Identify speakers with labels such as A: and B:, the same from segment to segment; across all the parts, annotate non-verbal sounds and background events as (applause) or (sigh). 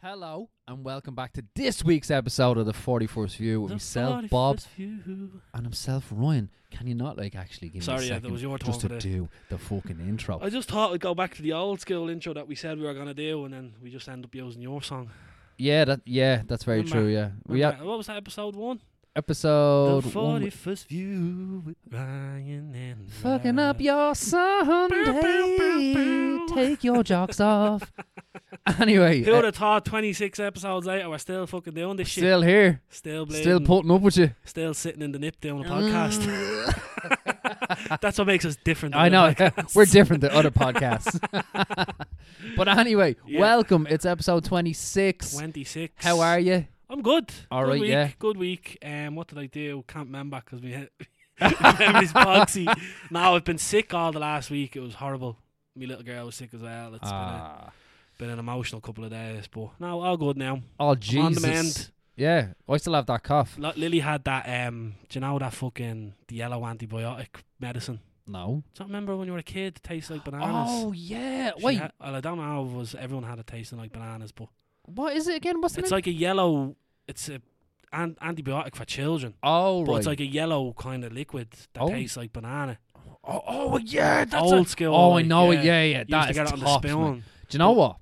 A: Hello and welcome back to this week's episode of the 41st View with myself, Bob, and himself, Ryan. Can you not like actually give me
B: Sorry,
A: a
B: yeah, that
A: second
B: was your
A: just to
B: turn for the-
A: do the fucking intro?
B: I just thought we'd go back to the old school intro that we said we were gonna do, and then we just end up using your song.
A: yeah, that yeah, that's very
B: Remember-
A: true. Yeah, we have
B: Remember- what was that episode one?
A: episode
B: the
A: one.
B: forty first view with Ryan and
A: Fucking
B: Ryan.
A: up your Sunday.
B: bow, bow.
A: Take your jocks off.
B: (laughs)
A: Anyway,
B: Who
A: uh,
B: would have thought twenty six episodes later we're still fucking doing this shit?
A: still here,
B: Still bleeding,
A: still Ah. putting up with you.
B: still sitting in the nip doing a podcast.
A: (laughs)
B: (laughs) That's what makes us different. than
A: I
B: the
A: know (laughs)
B: back-
A: we're different than other podcasts. (laughs) but anyway,
B: Yeah.
A: welcome. It's episode twenty six.
B: Twenty six.
A: How are you?
B: I'm good.
A: All
B: good
A: right,
B: week,
A: yeah.
B: (laughs) Good week. Um, what did I do? Can't remember because we hit
A: (laughs)
B: memory's boxy. Now I've been sick all the last week. It was horrible. My little girl was sick as well. It's
A: Ah,
B: been, a, been an emotional couple of days, but now all good now.
A: oh
B: I'm on the
A: Jesus!
B: mend.
A: Yeah, I still have that cough.
B: L- Lily had that. Um, do you know that fucking the yellow antibiotic medicine?
A: No.
B: Do you remember when you were a kid? It tasted like bananas.
A: Oh yeah.
B: She
A: Wait,
B: had- well, I don't know. If it was everyone had it tasting like bananas, but
A: what is it again? What's the
B: it's
A: name?
B: like a yellow. It's a an- antibiotic for children.
A: oh
B: But
A: right.
B: it's like a yellow kind of liquid that
A: Oh.
B: tastes like banana.
A: oh, oh, yeah, that's
B: Old
A: a-
B: school.
A: Oh, I
B: like,
A: know
B: yeah.
A: it. Yeah, yeah.
B: You
A: That
B: used to
A: is
B: get it on the
A: tops, mate.
B: spoon.
A: Do you know what?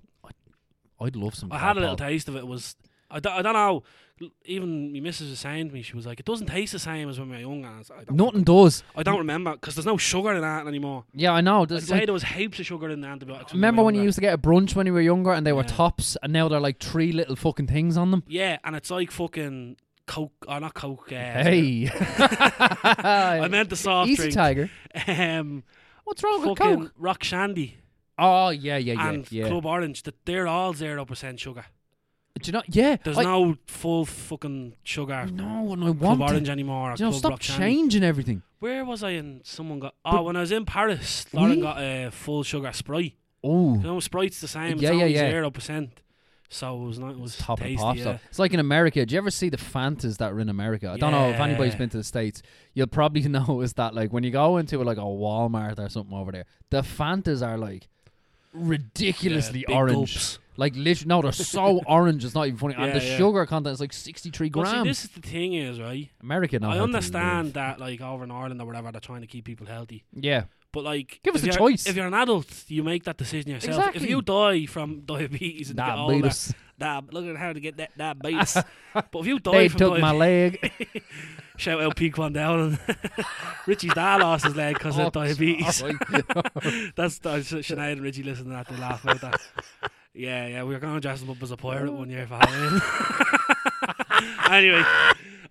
A: I'd love some.
B: I had a little
A: Paul.
B: taste of it. it was I don't, I don't know. l- Even my missus was saying to me, she was like, "It doesn't taste the same as when we were young." And I, was like, I don't,
A: Nothing does.
B: I don't remember because there's no sugar in that anymore.
A: Yeah, I know.
B: I'd
A: There's
B: say
A: like,
B: there was heaps of sugar in the antibiotics.
A: remember
B: we were
A: when you
B: younger.
A: used to get a brunch when you were younger and they were
B: Yeah.
A: tops, and now they're like three little fucking things on them.
B: Yeah, and it's like fucking Coke or not Coke. Uh,
A: Hey, (laughs)
B: (laughs) I meant the soft
A: Easy
B: drink.
A: Tiger.
B: Um,
A: What's wrong with
B: fucking
A: Coke?
B: Rock Shandy
A: Oh yeah, yeah, yeah,
B: and
A: yeah.
B: Club Orange. That they're all zero percent sugar.
A: Do you know? Yeah,
B: There's
A: I,
B: no full fucking sugar
A: no, and I
B: Club
A: want it.
B: Orange anymore. Or
A: Do you know,
B: Club
A: stop
B: Rock Shandy.
A: changing everything.
B: Where was I? And someone got. Oh,
A: But-
B: when I was in Paris, Lauren
A: Hmm?
B: got a full sugar Sprite. You
A: Oh,
B: know, Sprite's the same. It's
A: Yeah, yeah,
B: only
A: yeah.
B: zero percent. So it was not. It was
A: top
B: tasty.
A: and pops.
B: yeah.
A: though. It's like in America. Do you ever see the Fantas that are in America? I don't know if anybody's
B: Yeah.
A: been to the states. You'll probably (laughs) know is that like when you go into like a Walmart or something over there, the Fantas are like ridiculously
B: Yeah, big
A: orange.
B: gulps.
A: Like literally, no, they're
B: (laughs)
A: so orange. It's not even funny. and
B: Yeah,
A: the
B: yeah.
A: sugar content is like sixty-three
B: But see,
A: grams.
B: this is the thing, is right.
A: America, now
B: I
A: how to
B: understand
A: live.
B: that, like over in Ireland or whatever, they're trying to keep people healthy.
A: Yeah,
B: But like,
A: Give us
B: if
A: a
B: you're-
A: choice.
B: If you're an adult, you make that decision yourself.
A: Exactly.
B: If you die from diabetes and
A: nah,
B: you get
A: beat
B: older,
A: us.
B: nah, look at how to get
A: (laughs)
B: that diabetes. but if you die
A: They
B: from
A: took
B: (laughs) diabetes,
A: my leg.
B: Shout out Peak One Down (laughs) and Richie Dahl lost his leg because
A: Oh,
B: of
A: (laughs)
B: diabetes.
A: sorry.
B: That's that's Sinead and Richie listening to that, they laugh about that. Yeah, yeah, we were going to dress him up as a pirate one year for Halloween. (laughs) anyway,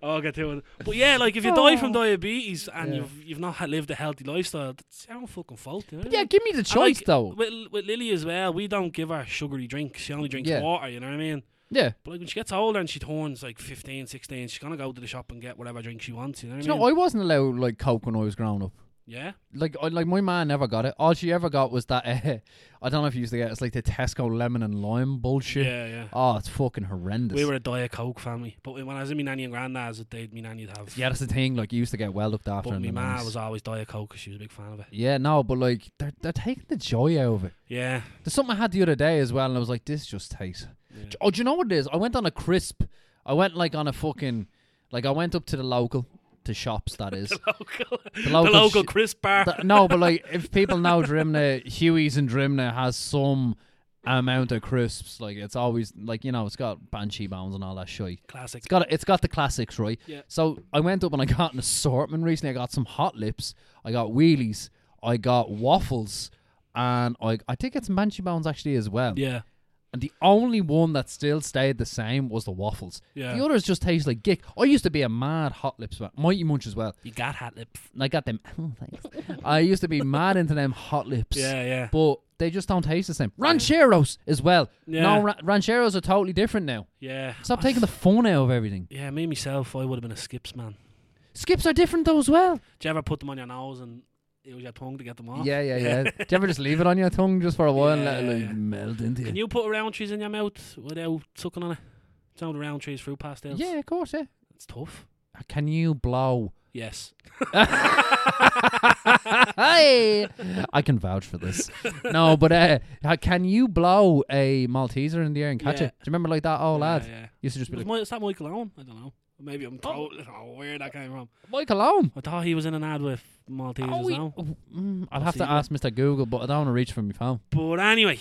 B: I'll get to it. But yeah, like if you die from diabetes and
A: Oh. Yeah.
B: you've you've not ha- lived a healthy lifestyle, that's your own fucking fault. You know?
A: yeah, give me the
B: And, like,
A: choice though.
B: With, with Lily as well, we don't give her sugary drinks. She only drinks
A: Yeah.
B: water, you know what I mean?
A: Yeah.
B: But like when she gets older and she turns like 15, 16, she's going to go to the shop and get whatever drink she wants, you know what
A: Do
B: I
A: you
B: mean?
A: know, I wasn't allowed like coke when I was growing up.
B: yeah.
A: Like, I, like my ma never got it. All she ever got was that. (laughs) Uh, I don't know if you used to get. it, It's like the Tesco lemon and lime bullshit.
B: Yeah, yeah.
A: Oh, it's fucking horrendous.
B: We were a Diet Coke family, but when I was in my nanny and granddad's, they my nanny'd have.
A: yeah, that's the thing. Like, you used to get well looked after.
B: but
A: in
B: my
A: the
B: ma
A: nannies.
B: was always Diet Coke 'cause she was a big fan of it.
A: Yeah, no, but like they're they're taking the joy out of it.
B: Yeah.
A: There's something I had the other day as well, and I was like, this just tastes.
B: Yeah.
A: Oh, do you know what it is? I went on a crisp. I went like on a fucking, like I went up to the local, to shops that is.
B: Local, (laughs) the
A: local
B: local,
A: sh-
B: crisp bar.
A: Th- no, but like if people know Drimna, Huey's and Drimna has some amount of crisps. Like it's always like you know it's got banshee bones and all that shit.
B: Classic.
A: It's got it's got the classics, right?
B: Yeah.
A: So I went up and I got an assortment recently. I got some hot lips. I got wheelies. I got waffles. And I, I think it's Banshee Bones actually as well.
B: Yeah.
A: And the only one that still stayed the same was the waffles.
B: Yeah.
A: The others just taste like gick. I used to be a mad hot lips, man. Mighty Munch as well.
B: You got hat lip.
A: And I got them. (laughs) Oh, thanks. I used to be mad into them hot lips.
B: Yeah, yeah.
A: But they just don't taste the same. Rancheros as well.
B: Yeah. Oh.
A: No, ra- rancheros are totally different now.
B: yeah.
A: Stop
B: I-
A: taking the fun out of everything.
B: Yeah, me myself, I would have been a skips man.
A: Skips are different though as well.
B: Did you ever put them on your nose and it was your tongue to get them off?
A: Yeah, yeah, yeah. Do you ever just leave it on your tongue just for a while and let it
B: Yeah.
A: like melt into
B: Can
A: you?
B: you put round trees in your mouth without sucking on it? Sound round trees fruit pastels.
A: Yeah, of course, yeah.
B: It's tough.
A: Can you blow?
B: Yes.
A: Hey, (laughs) I can vouch for this. No, but uh, ha- can you blow a Malteser in the air and catch
B: Yeah.
A: it? Do you remember like that? Oh,
B: Yeah,
A: lad,
B: yeah.
A: used to just be
B: Was
A: like
B: my, is that Michael Owen? I don't know. Maybe I'm totally (laughs) oh, where that came from.
A: Michael Owen.
B: I thought he was in an ad with Maltesers
A: Oh, he-
B: now.
A: oh, mm, I'll
B: I'll
A: have
B: see
A: to
B: you.
A: ask Mr. Google, but I don't want to reach for my phone.
B: But anyway,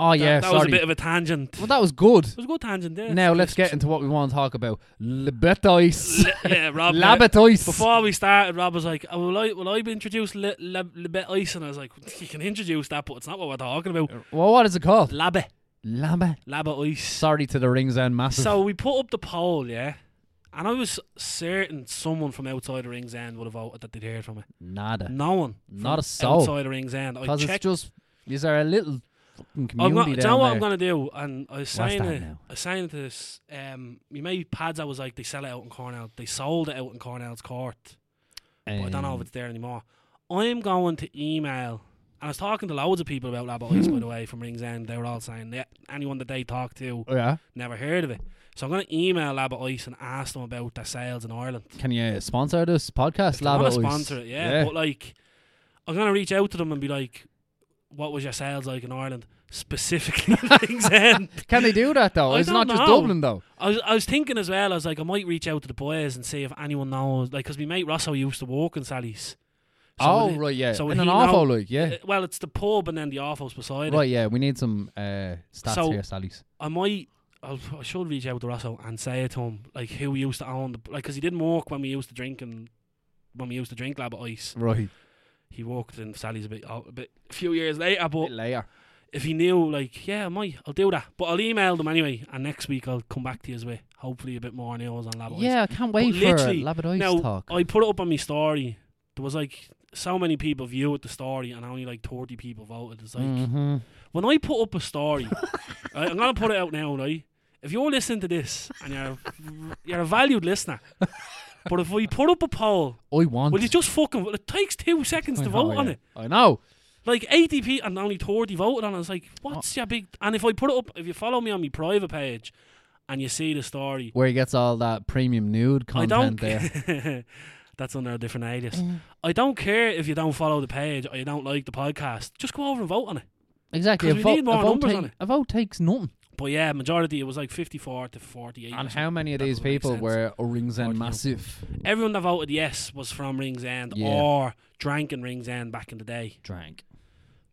A: Oh
B: that,
A: yeah,
B: that
A: sorry.
B: was a bit of a tangent.
A: well, that was good.
B: It was a good tangent there.
A: Now let's get into what we want to talk about.
B: (laughs)
A: Lebetice.
B: Le- (laughs) yeah, Rob. uh,
A: Labetice.
B: Before we started, Rob was like, oh, "Will I, will I be introduced Le, Le, Lebet Ice?" And I was like, "You can introduce that, but it's not what we're talking about."
A: Well, what is it called?
B: Labbe,
A: Labba.
B: Labbe Ice.
A: Sorry to the rings end massive. (laughs)
B: So we put up the poll, yeah, and I was certain someone from outside the rings end would have voted that they'd heard from it.
A: Nada.
B: No one, from
A: Not a soul.
B: outside the rings end. I
A: Because it's
B: checked.
A: just these are a little fucking
B: I'm not,
A: community
B: do you
A: down
B: know what
A: there.
B: I'm gonna do? And I was
A: What's
B: saying,
A: that
B: it-
A: now?
B: I was saying to this, um, you may pads. I was like, they sell it out in Cornell. They sold it out in Cornell's court. but I don't know if
A: Um,
B: it's there anymore. I'm going to email, and I was talking to loads of people about Lab Ice, by the way, from Rings End. They were all saying that anyone that they talked to
A: oh, yeah.
B: never heard of it. So I'm going to email Lab Ice and ask them about their sales in Ireland.
A: Can you sponsor this podcast?
B: If they want
A: Lab
B: to sponsor it, yeah, But like, I'm going to reach out to them and be like, "What was your sales like in Ireland, specifically (laughs) in Rings End?"
A: Can they do that though?
B: I
A: it's
B: don't
A: not just
B: know.
A: Dublin though.
B: I was, I was thinking as well. I was like, I might reach out to the boys and see if anyone knows, like, because my mate Rosso used to work in Sally's. So
A: oh
B: would it-
A: right, yeah.
B: so
A: So
B: would
A: in an
B: he
A: awful
B: know-
A: league, yeah.
B: Uh, Well, it's the pub and then the offals beside it.
A: Right, yeah. We need some uh, stats
B: So-
A: here, Sally's.
B: I might. I'll, I should reach out to Rosso and say it to him, like who used to own the, like, because he didn't work when we used to drink and when we used to drink Lab Ice.
A: Right. he
B: He worked in Sally's a bit, oh, a bit, a few years later. But
A: later.
B: if he knew, like, yeah, I might, I'll do that. But I'll email them anyway, and next week I'll come back to you with hopefully a bit more news on Lab Ice.
A: Yeah, I can't wait for
B: Ah, literally,
A: Labadice
B: now,
A: talk.
B: I put it up on my story. There was like so many people viewed the story, and only like thirty people voted. It's like.
A: hmm
B: when I put up a story, (laughs) right, I'm gonna put it out now, right? If you're listening to this and you're a, (laughs) you're a valued listener, but if we put up a poll,
A: I want.
B: well, you just fucking. It takes two seconds to
A: I
B: vote
A: know,
B: on
A: Oh, yeah.
B: it.
A: I know.
B: Like 80 people and only 30 voted on it. It's like, what's
A: Oh.
B: your big? And if I put it up, if you follow me on my private page, and you see the story,
A: Where he gets all that premium nude content
B: I don't.
A: there.
B: (laughs) That's under a different alias. I don't care if you don't follow the page or you don't like the podcast. Just go over and vote on it.
A: (laughs) Exactly.
B: 'Cause
A: A
B: we
A: vote,
B: need more
A: a, vote
B: numbers
A: take-
B: on it.
A: a vote takes nothing.
B: But yeah, majority it was like 54 to 48. or
A: And
B: something.
A: how many of
B: That
A: these
B: doesn't make
A: people
B: sense.
A: were O Rings
B: Or do
A: End
B: you know?
A: massive?
B: Everyone that voted yes was from Rings End
A: Yeah.
B: or drank in Rings End back in the day.
A: Drank.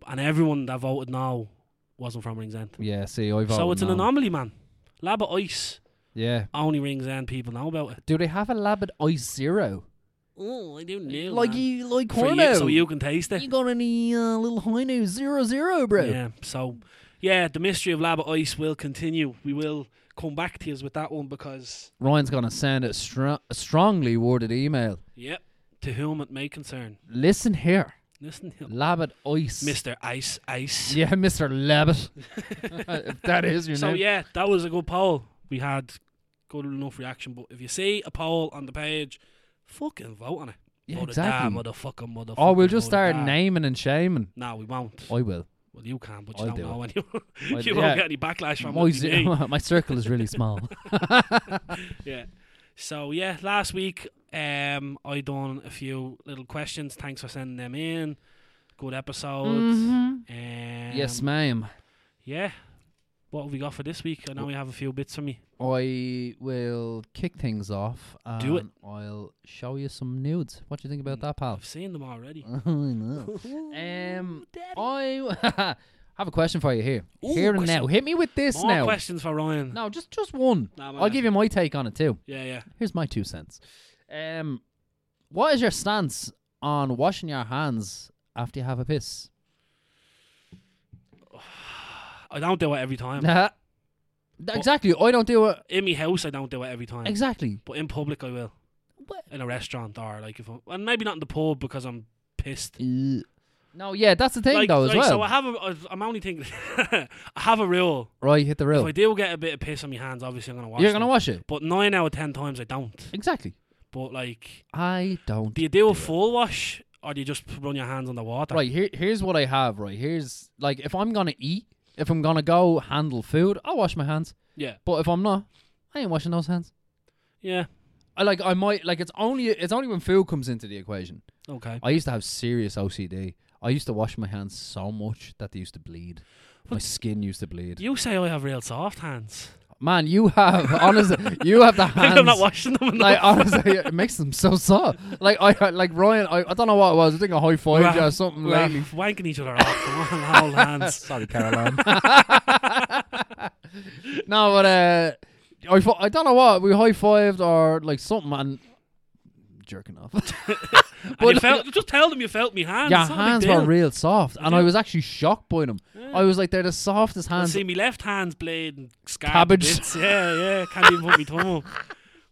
B: And everyone that voted no wasn't from Rings End.
A: Yeah, see, I voted.
B: so it's an
A: no.
B: anomaly, man. Lab of Ice,
A: Yeah.
B: only Rings End people know about it.
A: Do they have a Labad Ice Zero?
B: Oh, I do know.
A: like
B: man.
A: you, like
B: For
A: Corno.
B: you, so you can taste it.
A: You got any uh, little Hino Zero Zero, bro?
B: Yeah, so yeah, the mystery of Lab of Ice will continue. We will come back to you with that one because,
A: Ryan's gonna send a, str- a strongly worded email.
B: yep, to whom it may concern.
A: Listen here,
B: Listen,
A: Labad Ice.
B: Mr. Ice Ice.
A: yeah, (laughs) Mister
B: (laughs)
A: Labad. if that is your
B: So
A: name.
B: yeah, that was a good poll. We had good enough reaction, but if you see a poll on the page, fucking vote on it.
A: Yeah,
B: Vote it down,
A: exactly.
B: motherfucker, motherfucker.
A: Or we'll just
B: vote it
A: start
B: down.
A: naming and shaming.
B: No, we won't.
A: I will.
B: Well, you can, but you
A: I'll
B: don't
A: do
B: know anyone.
A: I'll-
B: (laughs) you
A: yeah.
B: won't get any backlash from
A: My,
B: it.
A: zi- (laughs)
B: Me.
A: my circle is really
B: (laughs)
A: small.
B: Yeah. So yeah, last week um, I done a few little questions. Thanks for sending them in. Good episode. Um,
A: Mm-hmm. yes, ma'am.
B: Yeah. What have we got for this week? I know we have a few bits for me.
A: I will kick things off. And
B: Do it.
A: I'll show you some nudes. What do you think about that, pal?
B: (laughs) I've seen them already.
A: I know. Um, I (laughs) have a question for you here.
B: Ooh,
A: here and
B: question.
A: now. Hit me with this
B: More
A: now.
B: questions for Ryan.
A: No, just just one.
B: Nah, man.
A: I'll give you my take on it too.
B: Yeah, yeah.
A: Here's my two cents. Um, what is your stance on washing your hands after you have a piss?
B: I don't do it every time.
A: Nah. exactly. I don't do it.
B: In my house, I don't do it every time.
A: Exactly.
B: but in public, I will.
A: What?
B: In a restaurant or like if I'm, and maybe not in the pub because I'm pissed.
A: No, yeah, that's the thing
B: like,
A: though as
B: like,
A: well.
B: So I have a. I've- I'm only thinking. (laughs) I have a rule.
A: right, hit the
B: If I
A: reel.
B: do get a bit of piss on my hands, obviously I'm gonna wash.
A: You're gonna
B: them.
A: wash it.
B: But nine out of ten times I don't.
A: Exactly.
B: But like,
A: I don't.
B: do you do a full wash or do you just run your hands on the water?
A: Right, here, here's what I have. Right, here's like if I'm gonna eat, if I'm gonna go handle food, I'll wash my hands.
B: Yeah.
A: But if I'm not, I ain't washing those hands.
B: Yeah.
A: I like I might like it's only it's only when food comes into the equation.
B: Okay.
A: I used to have serious OCD. I used to wash my hands so much that they used to bleed. My
B: What?
A: skin used to bleed.
B: You say I have real soft hands. (laughs)
A: Man, you have (laughs) honestly, you have the
B: Maybe
A: hands.
B: (laughs) I'm not washing them enough.
A: like honestly, it makes them so soft. Like I, like Ryan, I, I don't know what it was. I think I high
B: We're
A: fived you
B: ha-
A: or something
B: we're
A: lately.
B: wanking each other off. Come on, (laughs) hold hands.
A: Sorry, Caroline. no, but uh, I, fi- I don't know what we high fived or like something and jerking off.
B: And
A: But
B: you felt, just tell them you felt me hands.
A: yeah,
B: It's not a
A: hands
B: big
A: were
B: deal.
A: real soft, and
B: Yeah.
A: I was actually shocked by them.
B: Yeah.
A: I was like, they're the softest
B: I
A: hands.
B: see, me left hand's bleeding. scarred to
A: Cabbage.
B: bits. Yeah, yeah. Can't even put me thumb up.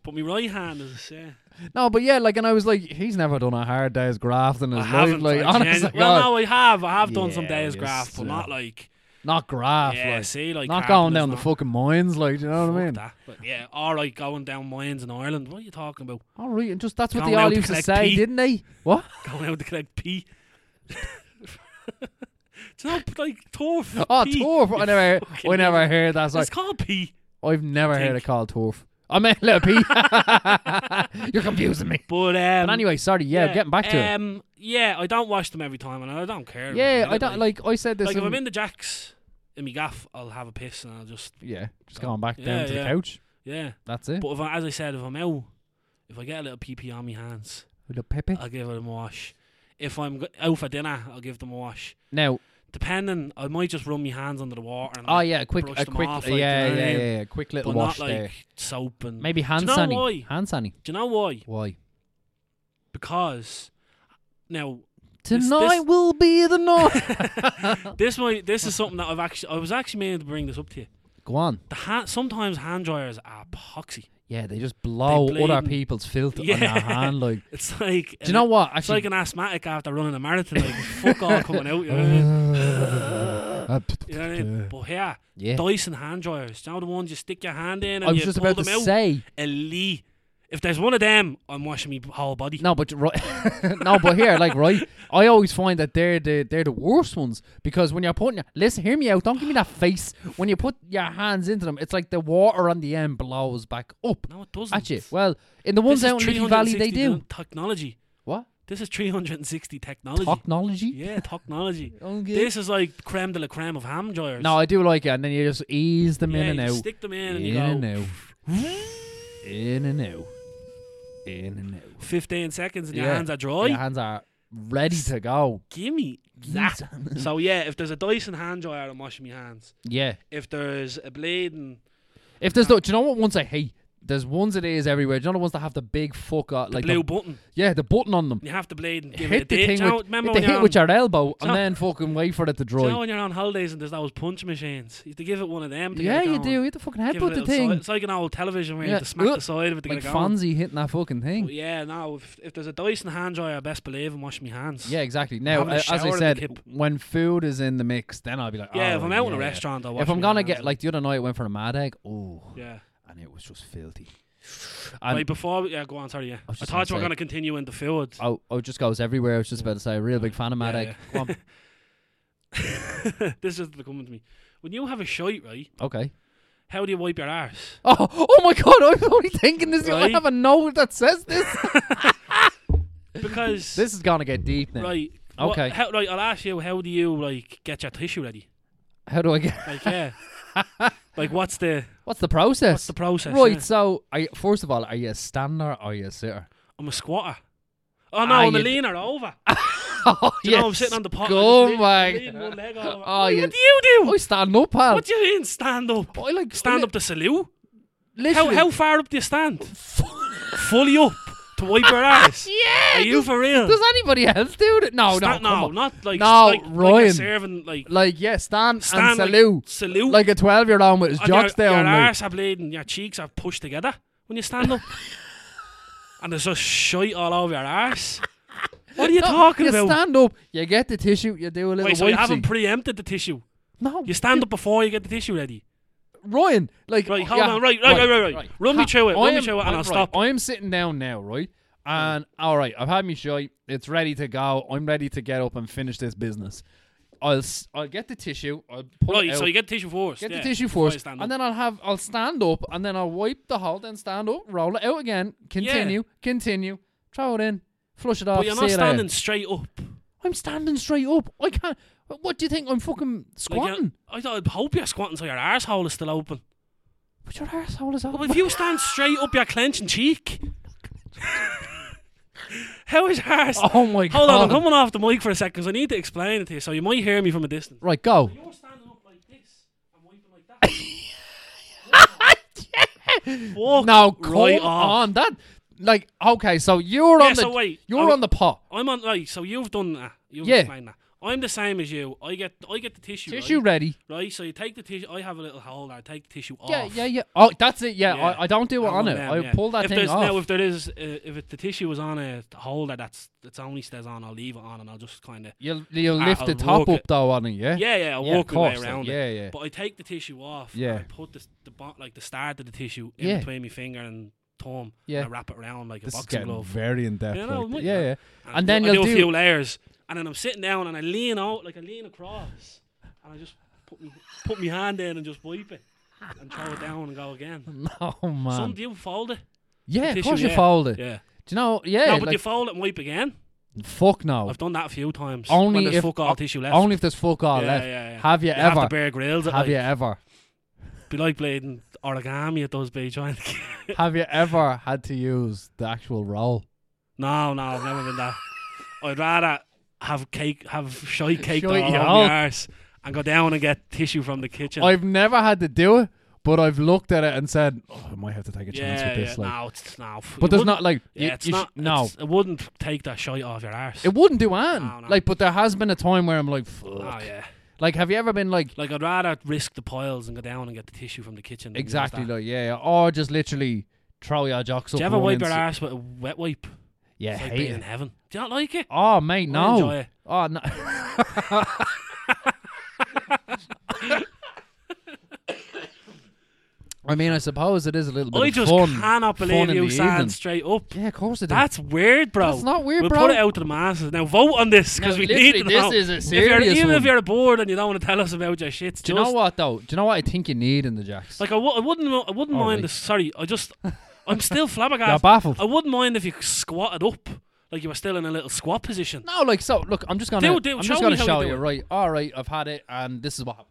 B: But my right hand is yeah.
A: No, but yeah, like, and I was like, he's never done a hard day's graft in his
B: I
A: life.
B: haven't.
A: Like,
B: I
A: honestly,
B: genu- well,
A: God,
B: no, I have. I have done some
A: Yeah,
B: days
A: yes,
B: graft, but
A: yeah.
B: not like
A: not graft,
B: yeah.
A: like,
B: see, like
A: not
B: carpenters,
A: going down the
B: not-
A: fucking mines, like, do you know what I
B: fuck
A: mean?
B: That. But yeah, all right, going down mines in Ireland. What are you talking about?
A: All right, Oh, and just that's what
B: Going
A: they
B: out
A: all
B: to
A: used to
B: collect
A: say,
B: pee.
A: didn't they?
B: (laughs)
A: What?
B: Going out to collect (laughs) pee. it's not like turf.
A: Oh,
B: pee.
A: turf! I
B: You
A: never,
B: fucking
A: I never
B: idiot.
A: heard that. Sorry,
B: It's called pee.
A: I've never heard it
B: think.
A: called turf. I (laughs) meant little pee. (laughs) You're confusing me.
B: But um,
A: But anyway, sorry. Yeah, getting back to it.
B: um, Yeah, I don't wash them every time, and I don't care.
A: Yeah,
B: really,
A: I don't like. I said this.
B: um, Like if
A: in-
B: I'm in the jacks in my gaff, I'll have a piss and I'll just
A: yeah, just going back down
B: Yeah,
A: to the
B: yeah.
A: couch.
B: yeah.
A: That's it.
B: But if I, as I said, if I'm out, if I get a little pee pee on my hands,
A: Little Pepe.
B: I'll give them a wash. If I'm go- out for dinner, I'll give them a wash.
A: Now,
B: Depending, I might just run my hands under the water. And
A: oh
B: like,
A: yeah, a quick,
B: brush
A: a
B: them
A: quick,
B: off, like,
A: yeah,
B: do you know
A: yeah,
B: what I
A: yeah,
B: mean?
A: yeah, quick little
B: but
A: wash
B: not like
A: there.
B: soap and.
A: Maybe hand
B: do you know
A: sanny.
B: why?
A: Hand sanny.
B: Do you know why?
A: Why?
B: Because now this-
A: Tonight will be the night.
B: (laughs) this might this is something that I've actually I was actually meaning to bring this up to you.
A: Go on.
B: The hand sometimes hand dryers are poxy.
A: Yeah, they just blow other
B: bleeding.
A: people's filth on their
B: Yeah.
A: hand.
B: (laughs)
A: Like,
B: It's like
A: do you know what?
B: It's like
A: Actually,
B: an asthmatic after running a marathon, like fuck all coming out. You know what I mean?
A: (sighs) Uh,
B: You know what I mean? But yeah,
A: yeah.
B: Dyson hand dryers. You know the ones you stick your hand in and
A: I was
B: you
A: just
B: pull
A: about to
B: them out.
A: say
B: Elite. If there's one of them, I'm washing my whole body.
A: no, but right, (laughs) no, but here, like right, I always find that they're the they're the worst ones because when you're putting your listen, hear me out, don't give me that face. When you put your hands into them, it's like the water on the end blows back up
B: No, it doesn't.
A: at you. Well, in the
B: This
A: ones
B: is
A: out in Leafy Valley, they
B: 360
A: do
B: technology.
A: what
B: This is 360 technology.
A: technology.
B: yeah, technology.
A: Okay.
B: This is like creme de la creme of ham dryers.
A: No, I do like it, and then you just ease them
B: yeah,
A: in and
B: you
A: out,
B: stick them in, and you
A: in
B: go
A: and out,
B: (laughs)
A: in and out, in and out.
B: 15 seconds, and
A: Yeah.
B: your hands are dry.
A: Your hands are ready to go.
B: Gimme
A: (laughs)
B: that. so yeah, if there's a Dyson hand dryer, I'm washing my hands.
A: Yeah.
B: If there's a bleeding,
A: If there's no, do you know what ones I hate? There's ones that is everywhere. Do you know the ones that have the big fucker,
B: the
A: like
B: blue
A: the,
B: button,
A: yeah, the button on them.
B: you have to blade and give
A: hit
B: it
A: the
B: a
A: thing
B: dip. Do you know-
A: with,
B: remember
A: hit the
B: when
A: hit
B: you're
A: with
B: on,
A: your elbow,
B: No.
A: and then fucking wait for it to
B: do you know
A: dry.
B: when you're on holidays and there's those punch machines? You have to give it one of them. To
A: Yeah,
B: get it
A: you
B: going.
A: do. You have to fucking
B: Give it a
A: headbutt the
B: little side-
A: thing,
B: It's like an old television where you
A: Yeah.
B: have to smack
A: Ugh.
B: the side of it to
A: like
B: get it going.
A: Fonzie hitting that fucking
B: But
A: thing.
B: yeah, no. If, if there's a Dyson hand dryer, I best believe I'm washing my hands.
A: Yeah, exactly. Now,
B: Having a
A: uh, as I
B: shower at the
A: said,
B: kip.
A: when food is in the mix, then I'll be like,
B: Yeah,
A: "All
B: if I'm
A: right,
B: out in
A: Oh, yeah,
B: a
A: yeah."
B: restaurant, I'll wash
A: If I'm
B: my
A: gonna
B: hands.
A: get like the other night, I went for a mad egg. Oh,
B: yeah.
A: and it was just filthy.
B: Wait,
A: And
B: before we- yeah, go on. Sorry, yeah. I,
A: was just
B: thought
A: gonna
B: you were
A: say- Uh,
B: gonna continue into food.
A: I, I oh, just goes everywhere. I was just about to say, a real big fan of mad
B: Yeah,
A: egg.
B: yeah.
A: Go
B: (laughs)
A: on.
B: (laughs) this is coming to me. When you have a shite, right?
A: Okay.
B: How do you wipe
A: (laughs)
B: your arse?
A: Oh, oh my god, I was only thinking this. I
B: Right?
A: have a note that says this. (laughs)
B: Because
A: this is gonna get deep now.
B: right,
A: Okay.
B: What, how, right, I'll ask you. How do you like get your tissue ready?
A: How do I get
B: Like, yeah.
A: (laughs)
B: like, what's the
A: what's the process?
B: what's the process?
A: right,
B: yeah?
A: so are you, first of all, are you a stander or are you a sitter? (laughs)
B: I'm a squatter. Oh no,
A: Ah,
B: I'm a
A: you d-
B: leaner over.
A: Oh,
B: Do you know I'm sitting on the pot. and I
A: Oh
B: just lean-
A: my (laughs)
B: lean one leg over.
A: Oh,
B: Wait,
A: you-
B: What do you do?
A: I stand up, pal.
B: What do you mean stand up?
A: I like
B: Stand up to salute. How
A: Literally. (laughs)
B: how far up do you stand? Fully up to wipe your ass.
A: (laughs) yeah.
B: (laughs) Are you
A: does,
B: for real?
A: does anybody else do it? Oh, No,
B: Stand-
A: no, come on.
B: not like
A: No,
B: like, like
A: Ryan.
B: a serving like
A: Like yeah, stand, and
B: stand like,
A: salute,
B: salute.
A: like a twelve-year-old with his
B: and your,
A: jocks down.
B: Your
A: like.
B: arse are bleeding, your cheeks are pushed together when you stand
A: (laughs)
B: up. and there's just shite all over
A: (laughs)
B: your arse. What are you
A: No,
B: talking
A: you
B: about?
A: stand up, you get the tissue, you do a little
B: Wait, so you
A: wipesy.
B: haven't preempted the tissue.
A: no,
B: You stand up before you get the tissue ready.
A: Ryan, like,
B: Right,
A: oh,
B: hold
A: yeah,
B: on. Right, right, right, right, right. Run me
A: Ha-
B: through it.
A: I
B: Run me
A: am-
B: through it, and
A: I'm-
B: I'll
A: right,
B: stop.
A: I'm sitting down now, right? And all right, I've had me shite. It's ready to go. I'm ready to get up and finish this business. I'll s- I'll get the tissue. I'll pull
B: Right,
A: it out.
B: so you get the tissue first.
A: get
B: yeah,
A: the tissue
B: before you
A: first,
B: stand
A: and
B: up.
A: then I'll have I'll stand up, and then I'll wipe the hole, then stand up, roll it out again, continue, continue, throw it in, Flush it off.
B: But you're
A: see
B: not
A: you later.
B: standing straight up.
A: I'm standing straight up. I can't. What do you think? I'm fucking
B: Like, you're-
A: squatting.
B: I thought- I'd hope you're squatting so your arsehole is still open.
A: but your arsehole is out.
B: But if you stand straight up, you're clenching cheek. How is your arse?
A: (laughs) oh my god.
B: Hold on, I'm coming off the mic for a second 'cause I need to explain it to you, so you might hear me from a distance.
A: Right, go.
B: You're standing up like this and wiping like that. Walk
A: Now, come
B: right off.
A: on. That, like, okay, so you're
B: Yeah,
A: on the
B: so wait,
A: you're
B: I'm-
A: on the pot.
B: I'm on right, so you've done that. You've
A: Yeah.
B: explained that. I'm the same as you. I get I get the tissue.
A: Tissue
B: right?
A: ready.
B: Right, so you take the tissue. I have a little hole. I take the tissue off.
A: Yeah, yeah, yeah. Oh, that's it. Yeah,
B: Yeah.
A: I, I don't do it
B: I'm
A: on it.
B: one of them,
A: I
B: yeah.
A: pull that
B: if
A: thing
B: there's-
A: off.
B: Now, if there is, uh, if it, the tissue was on a holder that's that's only stays on, I'll leave it on and I'll just kind of
A: you'll you'll
B: Ah,
A: lift
B: I'll
A: the top
B: walk
A: up
B: it.
A: though on it. Yeah.
B: yeah, yeah, I'll
A: Yeah,
B: walk
A: of
B: my way
A: course, like,
B: around
A: yeah,
B: it.
A: yeah.
B: But I take the tissue off.
A: Yeah.
B: and I put the the bo- like the start of the tissue in
A: Yeah.
B: between my finger and thumb.
A: Yeah.
B: and I wrap it around like
A: This
B: a
A: is
B: boxing
A: getting
B: glove.
A: very in depth.
B: Yeah, no,
A: like that.
B: it might-
A: yeah, yeah.
B: And,
A: And then
B: I do
A: you'll
B: a
A: do-
B: few layers, and then I'm sitting down and I lean out like I lean across, and I just put me put my hand in and just wipe it and throw it down and go again.
A: Oh man.
B: Some do you fold it.
A: yeah, of
B: tissue,
A: course you
B: yeah.
A: fold it.
B: Yeah.
A: Do you know? Yeah.
B: no, but
A: like,
B: you fold it and wipe again.
A: fuck no.
B: I've done that a few times.
A: Only
B: when there's
A: if-
B: fuck all tissue left.
A: Only if there's fuck all
B: yeah,
A: left.
B: Yeah, yeah.
A: Have you,
B: You
A: ever?
B: have to bear grills.
A: have
B: Have like,
A: you ever?
B: Be like playing origami at those be trying. to-
A: Have you ever had to use the actual roll?
B: no, no, I've never been that. I'd rather have cake, have shy cake
A: Shite
B: all over
A: you
B: my
A: out.
B: arse and go down and get tissue from the kitchen.
A: I've never had to do it, but I've looked at it and said, oh, I might have to take a chance
B: yeah,
A: with this.
B: yeah.
A: Like,
B: no, it's no.
A: but
B: f- you
A: there's
B: wouldn't-
A: not like you-
B: Yeah, it's
A: you sh-
B: not.
A: no.
B: it's- it wouldn't take that shite off your arse.
A: It wouldn't do an.
B: No, no.
A: Like, but there has been a time where I'm like, fuck.
B: oh yeah.
A: Like, have you ever been like
B: Like I'd rather risk the piles and go down and get the tissue from the kitchen. than use
A: exactly
B: that.
A: like yeah, or just literally throw your jocks up?
B: Do you ever
A: one
B: wipe your
A: ins-
B: arse with a wet wipe?
A: Yeah,
B: It's like
A: hate
B: being in
A: it.
B: heaven. Do you not like it?
A: Oh mate,
B: I enjoy
A: no.
B: it.
A: Oh no. (laughs) I mean, I suppose it is a little bit
B: I
A: of
B: just
A: fun.
B: cannot believe
A: fun in the
B: you stand
A: evening.
B: straight up.
A: Yeah, of course it is.
B: That's weird, bro.
A: That's not weird,
B: we'll
A: bro.
B: put it out to the masses now. Vote on this because
A: No,
B: we need
A: literally, this
B: to know.
A: is a
B: if you're,
A: serious
B: even if
A: one.
B: you're bored and you don't want to tell us about your shit,
A: Do you know
B: just
A: what though? Do you know what I think you need in the jacks?
B: like I w- I wouldn't, mo- I wouldn't
A: All
B: mind.
A: right.
B: The, sorry, I just, I'm still (laughs)
A: You're
B: flabbergasted.
A: baffled.
B: I wouldn't mind if you squatted up, like you were still in a little squat (laughs) position.
A: No, like so. Look, I'm just gonna.
B: Do- do,
A: I'm
B: show
A: just
B: me
A: gonna
B: how you
A: show
B: do
A: you.
B: it.
A: Right. All right. I've had it, and this is what happened.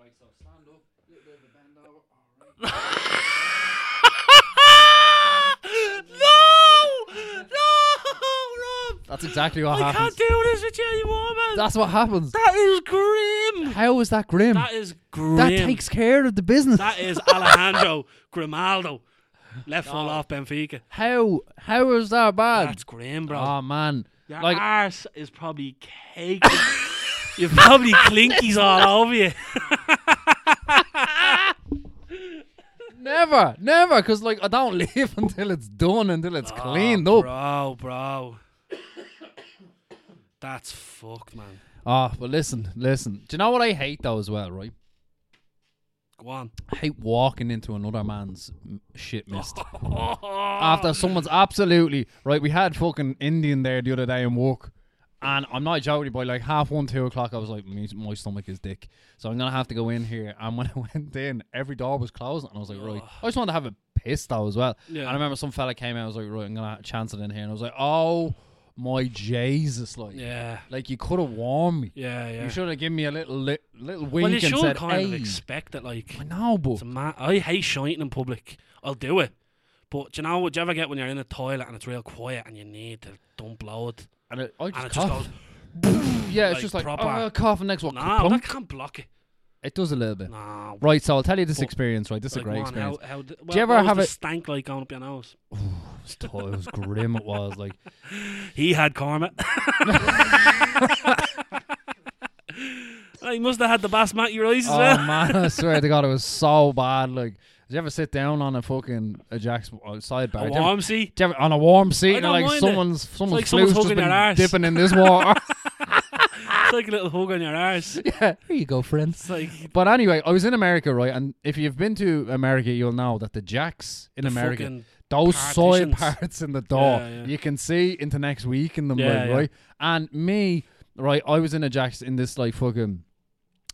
A: Right. So stand up. Little bit of a bend over. All right.
B: no, no, Rob.
A: That's exactly what
B: I
A: happens.
B: can't do this with you anymore, man.
A: That's what happens.
B: that is grim.
A: How is that grim?
B: That is grim.
A: That takes care of the business.
B: That is Alejandro Grimaldo. Left full off Benfica.
A: how? How is that bad?
B: That's grim, bro.
A: oh man.
B: Your
A: like
B: arse is probably cake. You've
A: (laughs)
B: probably clinkies all over you.
A: never, never, because like I don't (laughs) leave until it's done, until it's (laughs) cleaned up.
B: Ah, Bro, bro. That's fucked, man.
A: Ah, but listen, listen. Do you know what I hate though as well? Right.
B: Go on.
A: I hate walking into another man's m- shit
B: Oh,
A: mist. after someone's absolutely right. We had fucking Indian there the other day in work, and I'm not joking. By like half one, two o'clock, I was like, my, my stomach is dick, so I'm gonna have to go in here. And when (laughs) I went in, every door was closed, and I was like, right, I just wanted to have a piss though as well.
B: Yeah.
A: And I remember some fella came out, I was like, right, I'm gonna chance it in here, and I was like, oh my Jesus, like,
B: Yeah,
A: like you could have warned me.
B: yeah, yeah.
A: You should have given me a little li- little wink
B: well, you
A: and
B: should
A: said,
B: kind of
A: "Hey."
B: expect it, like.
A: I know, but
B: It's a ma- I hate shiting in public. I'll do it. But do you know what do you ever get when you're in a toilet and it's real quiet and you need to dump load?
A: and it, I
B: And it
A: just
B: just
A: cough.
B: goes,
A: yeah, it's
B: like,
A: just like
B: proper-
A: oh, cough and next one.
B: no,
A: plunk.
B: I can't block it.
A: It does a little bit.
B: No.
A: Right, so I'll tell you this
B: But-
A: experience, right? This is a
B: Like,
A: great
B: man,
A: experience.
B: How, how d- well,
A: you ever
B: what was
A: have
B: the
A: it-
B: stank like going up your nose?
A: It was, t- it was grim, it was.
B: (laughs)
A: Like,
B: He had karma. (laughs) he must have had the bass mat your eyes as
A: oh (laughs)
B: well.
A: man, I swear to God, it was so bad. Like, did you ever sit down on a fucking a Jack's uh, sidebar?
B: A
A: Did you ever-
B: warm sea.
A: did you ever- on a warm seat, and
B: don't
A: like
B: mind it.
A: someone's someone's
B: like someone's
A: flute's just
B: hugging
A: been
B: your arse.
A: dipping in this
B: (laughs)
A: water. (laughs)
B: It's like a little hug on your arse.
A: yeah, here you go, friends.
B: It's like
A: But anyway, I was in America, right? And if you've been to America, you'll know that the Jacks in America,
B: fucking
A: those side
B: partitions.
A: parts in the door,
B: Yeah, yeah.
A: you can see into next week in them,
B: Yeah,
A: like,
B: yeah.
A: right? And me, right, I was in a Jacks in this like fucking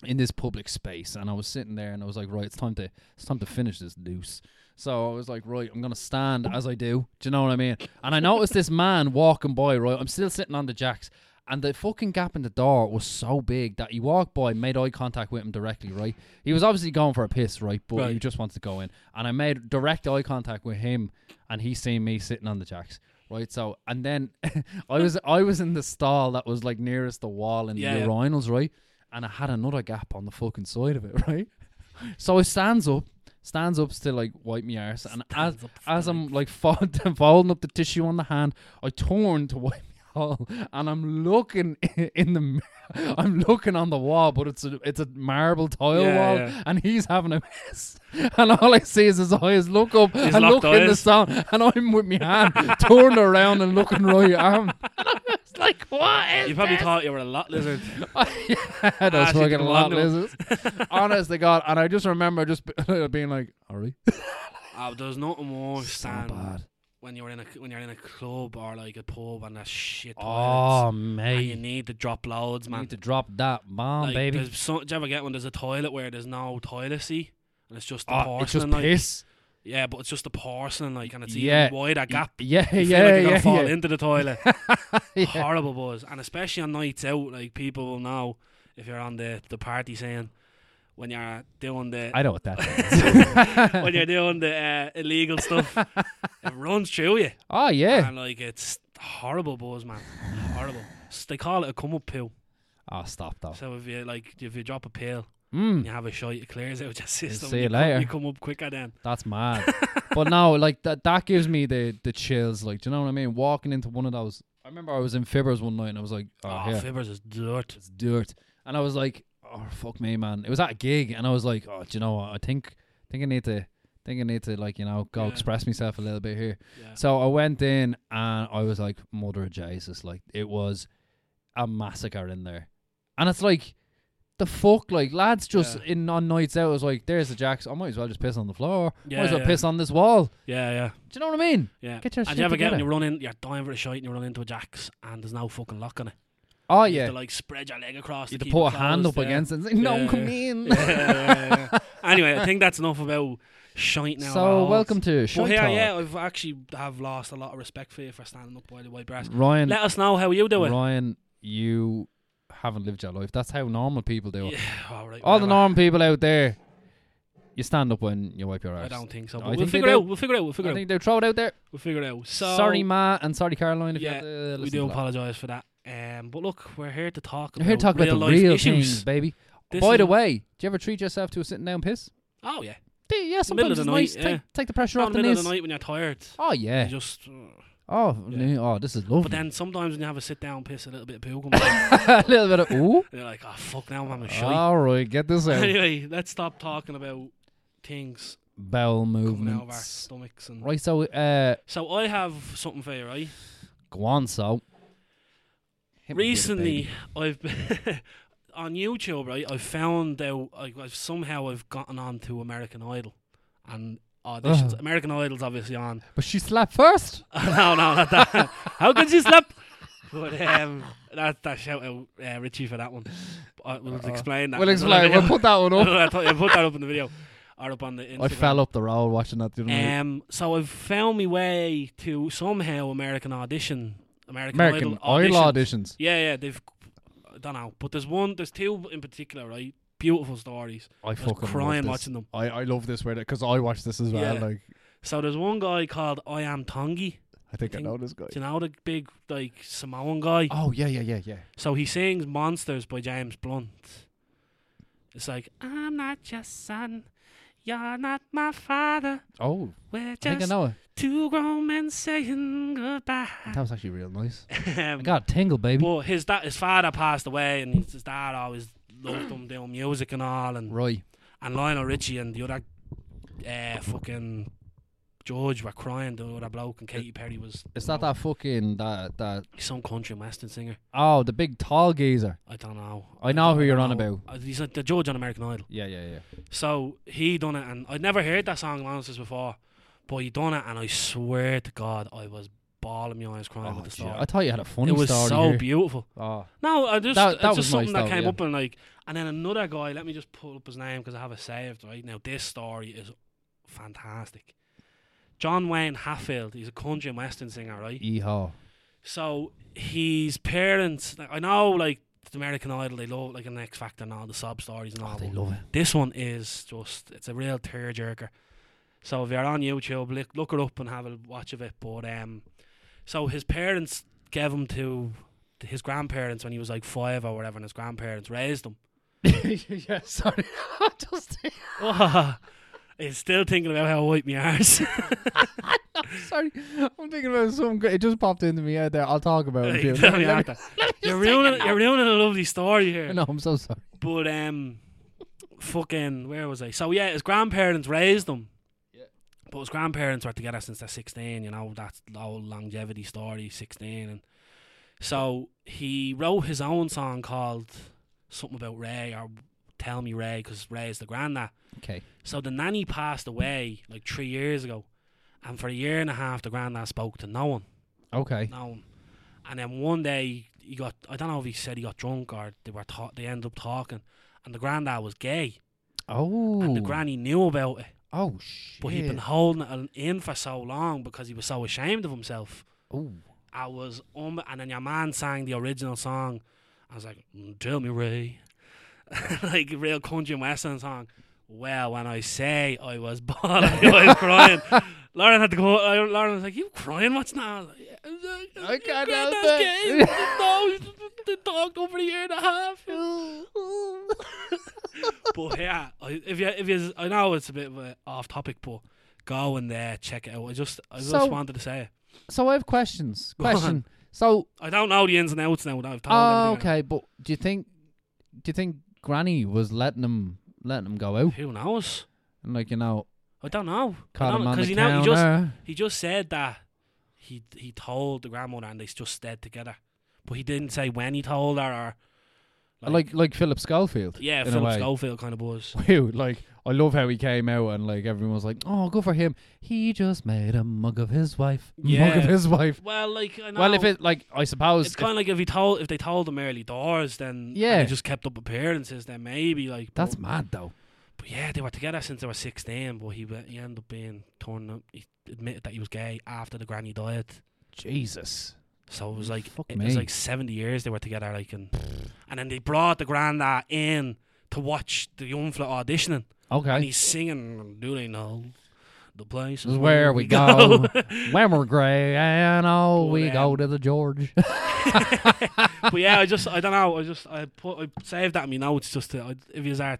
A: in this public space, and I was sitting there, and I was like, right, it's time to it's time to finish this loose. So I was like, right, I'm gonna stand as I do. Do you know what I mean? And I noticed this man walking by. Right, I'm still sitting on the jacks, and the fucking gap in the door was so big that he walked by, made eye contact with him directly. Right, he was obviously going for a piss, right, but he
B: Right.
A: just wants to go in, and I made direct eye contact with him, and he seen me sitting on the jacks. Right, so and then (laughs) I was I was in the stall that was like nearest the wall in
B: Yeah,
A: the
B: yeah.
A: urinals, right? And I had another gap on the fucking side of it, (laughs) right? So I stands up, stands up to like wipe me arse, and as
B: Stands up to
A: as I'm like fold, (laughs) folding up the tissue on the hand, I turn to wipe me (laughs) hole, and I'm looking in the, mir- (laughs) I'm looking on the wall, but it's a it's a marble tile
B: Yeah,
A: wall,
B: yeah.
A: and he's having a mess, (laughs) and all I see is his eyes look up and
B: locked
A: look in the
B: eyes.
A: sound, and I'm with my hand turned around and looking right at him. (laughs) It's like what is
B: You probably
A: this?
B: thought you were a lot lizard.
A: (laughs) yeah, those
B: Ah, she
A: fucking
B: didn't
A: lot
B: want to.
A: lizards.
B: (laughs)
A: (laughs) Honest to God, and I just remember just be- (laughs) being like, "Ari,
B: oh, there's nothing more
A: so
B: Stan,
A: bad."
B: when you're in a when you're in a club or like a pub and a shit. toilets,
A: Oh,
B: and you
A: mate,
B: need to drop loads,
A: you
B: man.
A: need to drop that bomb,
B: Like,
A: baby.
B: there's So, do you ever get when there's a toilet where there's no toilet seat and it's just the
A: Oh, it's
B: porcelain?
A: just
B: like,
A: piss.
B: yeah, but it's just the porcelain, like, and it's
A: Yeah.
B: even wider gap.
A: Yeah, yeah,
B: You feel like you're
A: yeah,
B: gonna
A: yeah.
B: fall into the toilet.
A: (laughs) yeah.
B: Horrible buzz, and especially on nights out, like people will know if you're on the the party scene when you're doing the
A: I know what that is.
B: (laughs)
A: (laughs)
B: when you're doing the uh, illegal stuff, it runs through you,
A: oh yeah.
B: and like it's horrible buzz, man. Horrible. S- They call it a come up pill.
A: Oh, stop though.
B: So if you like, if you drop a pill and
A: Mm,
B: you have a shot, it clears out your system.
A: see
B: you
A: you
B: come-
A: later.
B: You come up quicker then.
A: that's mad.
B: (laughs)
A: but no, like that that gives me the the chills. Like, do you know what I mean? Walking into one of those. I remember I was in Fibbers one night and I was like, "Oh,
B: Oh,
A: here,
B: fibers is dirt.
A: it's dirt. And I was like, oh fuck me, man. It was at a gig, and I was like, oh, do you know what? I think, think I need to, think I need to like, you know, go
B: Yeah.
A: express myself a little bit here.
B: Yeah.
A: So I went in, and I was like, mother of Jesus, like it was a massacre in there, and it's like. The fuck, like lads, just
B: Yeah.
A: in on nights out, it was like, "There's the jacks. I might as well just piss on the floor. might
B: Yeah,
A: as well
B: yeah.
A: piss on this wall."
B: yeah, yeah,
A: Do you know what I mean?
B: yeah.
A: Get your
B: and
A: shit
B: you ever get
A: together.
B: when you run in, you're dying for a shot and you run into a jacks and there's no fucking lock on it.
A: Oh
B: You
A: yeah,
B: have to like spread your leg across.
A: you
B: to
A: had to
B: keep
A: put a
B: it
A: hand up
B: closed, yeah.
A: against it and say, "No,
B: Yeah,
A: come
B: yeah.
A: in."
B: (laughs) Yeah, yeah, yeah, yeah. anyway, I think that's enough about shite now.
A: so welcome to show
B: But here, yeah, I've actually have lost a lot of respect for you for standing up by the white brass.
A: Ryan,
B: Let us know how you do it.
A: Ryan, you haven't lived your life. That's how normal people do it.
B: Yeah, all right.
A: All the
B: whatever.
A: normal people out there, you stand up when you wipe your
B: I
A: ass.
B: don't think so.
A: I
B: But we'll
A: think they
B: figure it
A: do.
B: out. We'll figure it out. We'll figure it out.
A: they throw it out there.
B: We'll figure it out. So
A: sorry, Ma, and sorry, Caroline. If
B: Yeah,
A: you have to
B: we
A: listen
B: do
A: to that.
B: apologise for that. Um, but look, we're here to talk.
A: We're here to talk about
B: real
A: the
B: life
A: real
B: issues.
A: things, baby.
B: This
A: By
B: is-
A: the way, do you ever treat yourself to a sitting down piss?
B: oh yeah,
A: Do you? Yeah,
B: Middle
A: sometimes
B: of the
A: it's nice.
B: night, yeah.
A: Take, take the pressure
B: Not
A: off the
B: middle
A: knees.
B: of the night when you're tired.
A: Oh
B: You
A: yeah.
B: just.
A: Oh,
B: Yeah.
A: yeah, oh, this is lovely.
B: But then sometimes when you have a sit down, piss a little bit of poo comes
A: (laughs)
B: out,
A: a little bit of ooh.
B: and (laughs) you're like, oh fuck, now I'm having
A: (laughs)
B: a shite.
A: All right, get
B: (laughs)
A: this out.
B: anyway, let's stop talking about things
A: Bowel
B: coming out of our
A: movements.
B: stomachs and.
A: Right, so uh,
B: So I have something for you, right?
A: go on, so. Hit me with it, baby.
B: Recently, I've (laughs) been on YouTube, right? I've found out like, I've somehow I've gotten on to American Idol and auditions.
A: Ugh.
B: American Idol's obviously on.
A: But she slapped first.
B: no, no, not that. (laughs) How could you slap? But um, that that shout out uh, Richie for that one. But, uh, we'll explain
A: (laughs)
B: that.
A: We'll explain. We'll put that one
B: (laughs)
A: up.
B: I thought you put that up in the video or up on the Instagram.
A: I fell up the road watching that the other night.
B: Um, so I've found my way to somehow American audition, American,
A: American Idol
B: Idol
A: auditions.
B: Yeah, yeah, they've. I don't know, but there's one, there's two in particular, right? Beautiful stories.
A: I
B: I was
A: fucking
B: crying
A: love this.
B: watching them.
A: I, I love this way because I watched this as well.
B: Yeah.
A: Like
B: So there's one guy called I Am Tongi.
A: I think I,
B: Think-
A: know this guy.
B: Do you know the big like Samoan guy?
A: Oh yeah, yeah, yeah, yeah.
B: So he sings "Monsters" by James Blunt. It's like I'm not your son, you're not my father.
A: Oh,
B: We're
A: I think I
B: just
A: know it.
B: two grown men saying goodbye.
A: That was actually real nice.
B: Um,
A: (laughs) I got a tingle, baby.
B: But his da- his father passed away, and his his dad always loved him doing music and all, and
A: Right.
B: and Lionel Richie and the other uh, fucking George were crying. The other bloke and Katy Perry was
A: Is that that fucking that that?
B: He's some country western singer.
A: Oh, the big tall geezer.
B: I don't know.
A: I know
B: don't
A: who you're on about.
B: Uh, He's like the George on American Idol.
A: Yeah, yeah, yeah.
B: So he done it, and I'd never heard that song Monsters before, but he done it, and I swear to God, I was bawling my eyes crying
A: Oh,
B: at the
A: gee,
B: story.
A: I thought you had a funny
B: it was
A: story.
B: so
A: here.
B: beautiful.
A: oh,
B: No, I just
A: That-
B: it's
A: that
B: just
A: was nice
B: something that
A: though,
B: came
A: yeah.
B: up and like, and then another guy. Let me just pull up his name because I have it saved right now. This story is fantastic. John Wayne Hatfield. He's a country and western singer, right?
A: yeehaw.
B: So his parents. like, I know, like the American Idol, they love like an X Factor and all the sob stories and all.
A: Oh, they
B: but
A: love it.
B: this one is just it's a real tearjerker. So if you're on YouTube, look, look it up and have a watch of it. But um, so his parents gave him to his grandparents when he was like five or whatever, and his grandparents raised him. (laughs)
A: (laughs) yeah, sorry. Just
B: He's still thinking about how I wipe my arse. (laughs)
A: sorry. I'm thinking about something. great. It just popped into me out there. I'll talk about it.
B: Like, (laughs)
A: in a few-
B: tell
A: (laughs)
B: me
A: Let
B: after.
A: let me just
B: you're
A: take
B: ruining
A: a
B: you're ruining a lovely story here.
A: nap. No, I'm so sorry.
B: But um, fucking where was I? So yeah, his grandparents raised him.
A: Yeah.
B: But his grandparents were together since they're sixteen. You know that old longevity story, sixteen, and so he wrote his own song called something about Ray or Tell Me Ray because Ray is the granddad.
A: Okay.
B: So the nanny passed away like three years ago, and for a year and a half the granddad spoke to no one
A: Okay.
B: known. And then one day he got I don't know if he said he got drunk or they were ta- they ended up talking and the granddad was gay
A: Oh.
B: and the granny knew about it
A: oh shit.
B: but he'd been holding it in for so long because he was so ashamed of himself.
A: Oh.
B: I was um and then your man sang the original song. I was like, "Mm, Tell me Ray (laughs) like a real country and western song. Well, when I say I was (laughs) bawling,
A: (laughs)
B: I was crying. Lauren had to go. I- Lauren was like, "You crying? What's now?" I was like,
A: I can't
B: "Granddad's
A: help (laughs) it."
B: gay. no, they talked over a year and a half. (laughs) but yeah, I- if you if you, I know it's a bit of a off topic, but go in there, check it out. I just I
A: So-
B: just wanted to say it.
A: so I have questions.
B: Go on.
A: Question. So,
B: I don't know the ins and outs now. I've told
A: oh,
B: everything.
A: okay, but do you think, do you think Granny was letting him, letting him go out,
B: Who knows?
A: and like you know,
B: I don't know. I
A: caught
B: don't
A: him
B: know,
A: on
B: 'cause
A: the
B: you know,
A: counter?
B: he just- He just said that he he told the grandmother and they just stayed together, but he didn't say when he told her or
A: like, like Philip Schofield.
B: yeah,
A: in a
B: Philip
A: way.
B: Schofield kind of was.
A: (laughs) Wow, like I love how he came out and like everyone was like, "Oh, good for him! He just made a mug of his wife, (laughs) mug
B: Yeah.
A: of his wife."
B: Well, like I know,
A: Well, if it like I suppose,
B: it's kind of like if he told if they told him early doors, then yeah,
A: Yeah.
B: they just kept up appearances. Then maybe like but-
A: that's mad though.
B: but yeah, they were together since they were sixteen. But he went- he ended up being torn up. He admitted that he was gay after the granny died.
A: Jesus,
B: So it was like
A: Mm, Fuck
B: it was
A: me.
B: like seventy years they were together, like and and then they brought the granddad in to watch the young fella auditioning, and
A: okay,
B: he's singing. Do they know the place
A: This is where
B: (laughs)
A: we go." when we're grey and oh,
B: But,
A: we go
B: um,
A: to the
B: (laughs)
A: George.
B: but yeah, I just I don't know. I just I put I saved that in my notes just to I- if you are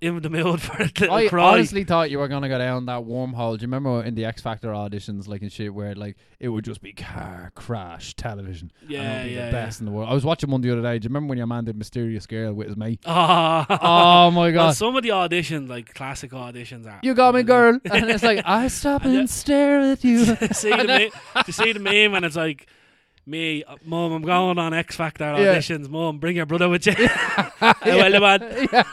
B: in the mood (laughs) for a little
A: I
B: cry.
A: honestly thought you were gonna go down that wormhole. Do you remember in the X Factor auditions, like and shit, where like it would just be car crash television? and it
B: yeah,
A: would be
B: yeah,
A: the best in the world. I was watching one the other day. Do you remember when your man did Mysterious Girl with his mate?
B: yeah. (laughs) Oh,
A: Oh my god!
B: (laughs) well, some of the auditions, like classic auditions, are
A: you got me, girl. And it's like,
B: (laughs)
A: I stop and stare at you.
B: see the meme, you see the meme and it's like me uh, mum I'm going on X Factor auditions mum bring your brother with you (laughs) I
A: (laughs)
B: will man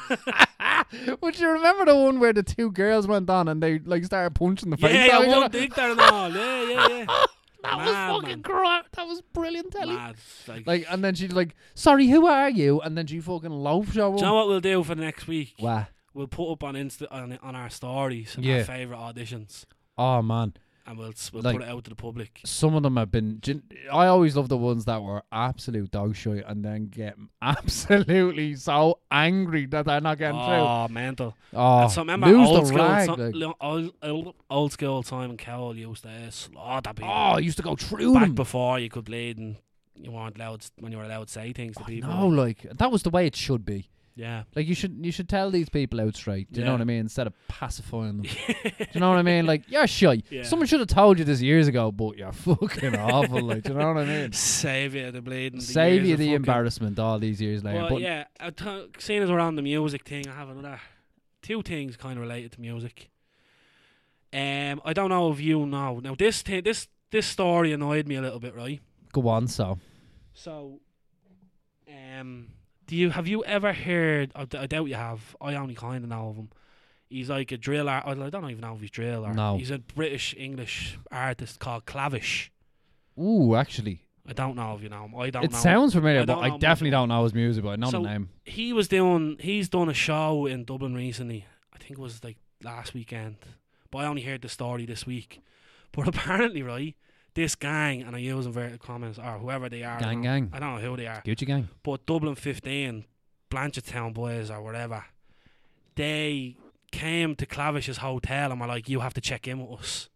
A: Would you remember the one where the two girls went on and they like started punching the face?
B: yeah
A: off
B: yeah
A: each
B: one
A: other?
B: dick there and all yeah yeah yeah
A: (laughs) That
B: Mad,
A: was
B: man.
A: fucking crap. That was brilliant, Ellie.
B: Mad, like,
A: Like, and then she's like, "Sorry, who are you?" And then she fucking loafed over.
B: do you know what we'll do for the next week
A: Wow.
B: we'll put up on Insta on, on our stories
A: Yeah.
B: our favourite auditions
A: Oh man,
B: and we'll s- we'll
A: Like-
B: put it out to the public
A: some of them have been. do you- I always love the ones that were absolute dog shit and then get (laughs) absolutely so angry that they're not getting through.
B: oh mental
A: Oh,
B: and so remember
A: lose
B: old
A: the
B: school
A: rag.
B: so-
A: like.
B: li- old, old, old school Simon Cowell used to eh, slaughter people
A: Oh, I used to go through
B: back
A: them.
B: before you could bleed and you weren't allowed when you were allowed to say things to
A: I
B: people.
A: know, like that was the way it should be.
B: Yeah.
A: Like you should you should tell these people out straight. Do you know
B: Yeah.
A: what I mean? Instead of pacifying
B: (laughs)
A: them. Do you know what I mean? Like you're shy.
B: Yeah.
A: Someone should have told you this years ago, but you're (laughs) fucking awful. Like do you know what I
B: (laughs)
A: mean?
B: Save you the bleeding. the
A: Save
B: years
A: you
B: of
A: the
B: fucking-
A: embarrassment all these years later.
B: Well,
A: but
B: yeah, I t- seeing as we're on the music thing, I have another two things kind of related to music. Um, I don't know if you know. Now this thing, this this story annoyed me a little bit, right?
A: go on, so
B: So, um, do you have you ever heard? I, d- I doubt you have. I only kind of know of him. He's like a drill art. I don't even know if he's drill or
A: No.
B: He's a British English artist called Clavish.
A: Ooh, actually,
B: I don't know if you know him. I don't
A: it
B: know.
A: sounds familiar,
B: I
A: but
B: don't
A: I
B: know
A: definitely don't know his music. But I know
B: So-
A: the name.
B: he was doing he's done a show in Dublin recently. I think it was like last weekend. But I only heard the story this week. But (laughs) apparently, right, this gang and I use inverted commas or whoever they are. I
A: Gang,
B: don't-
A: gang.
B: I don't know who they are.
A: Gucci Gang.
B: But Dublin fifteen, Blanchardstown boys or whatever, they came to Clavish's hotel and were like, You have to check in with us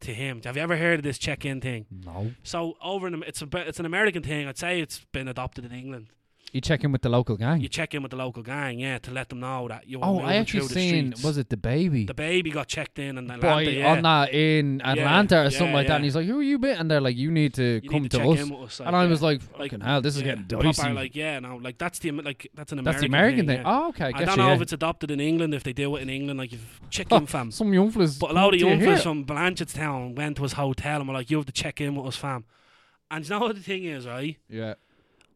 B: to him. Have you ever heard of this check in thing?
A: No,
B: So over in Am- it's a it's an American thing. I'd say it's been adopted in England
A: you check in with the local gang.
B: you check in with the local gang, yeah, to let them know that you. Were
A: oh,
B: moving
A: I actually
B: through the
A: seen
B: streets.
A: was it the baby
B: the baby got checked in and Atlanta,
A: boy
B: yeah.
A: on that in Atlanta or something
B: yeah,
A: like that,
B: yeah.
A: and he's like, "Who are you?" Bit and they're like, "You need to
B: You
A: come
B: need
A: to,
B: to, check
A: us."
B: in with us.
A: and I
B: yeah.
A: was like,
B: Like,
A: "Fucking hell, this is
B: yeah.
A: getting
B: Proper,
A: dicey."
B: like, yeah, no, like that's the Am- like that's an American.
A: That's the American thing.
B: yeah.
A: Oh, okay, I,
B: I
A: guess
B: don't know
A: yeah.
B: if it's adopted in England. If they do it in England, like you've check in, fam.
A: some young fellas.
B: But a lot of
A: do you
B: young
A: hear
B: fellas
A: it?
B: from Blanchardstown went to his hotel and were like, "You have to check in with us, fam." And you know what the thing is, right?
A: Yeah,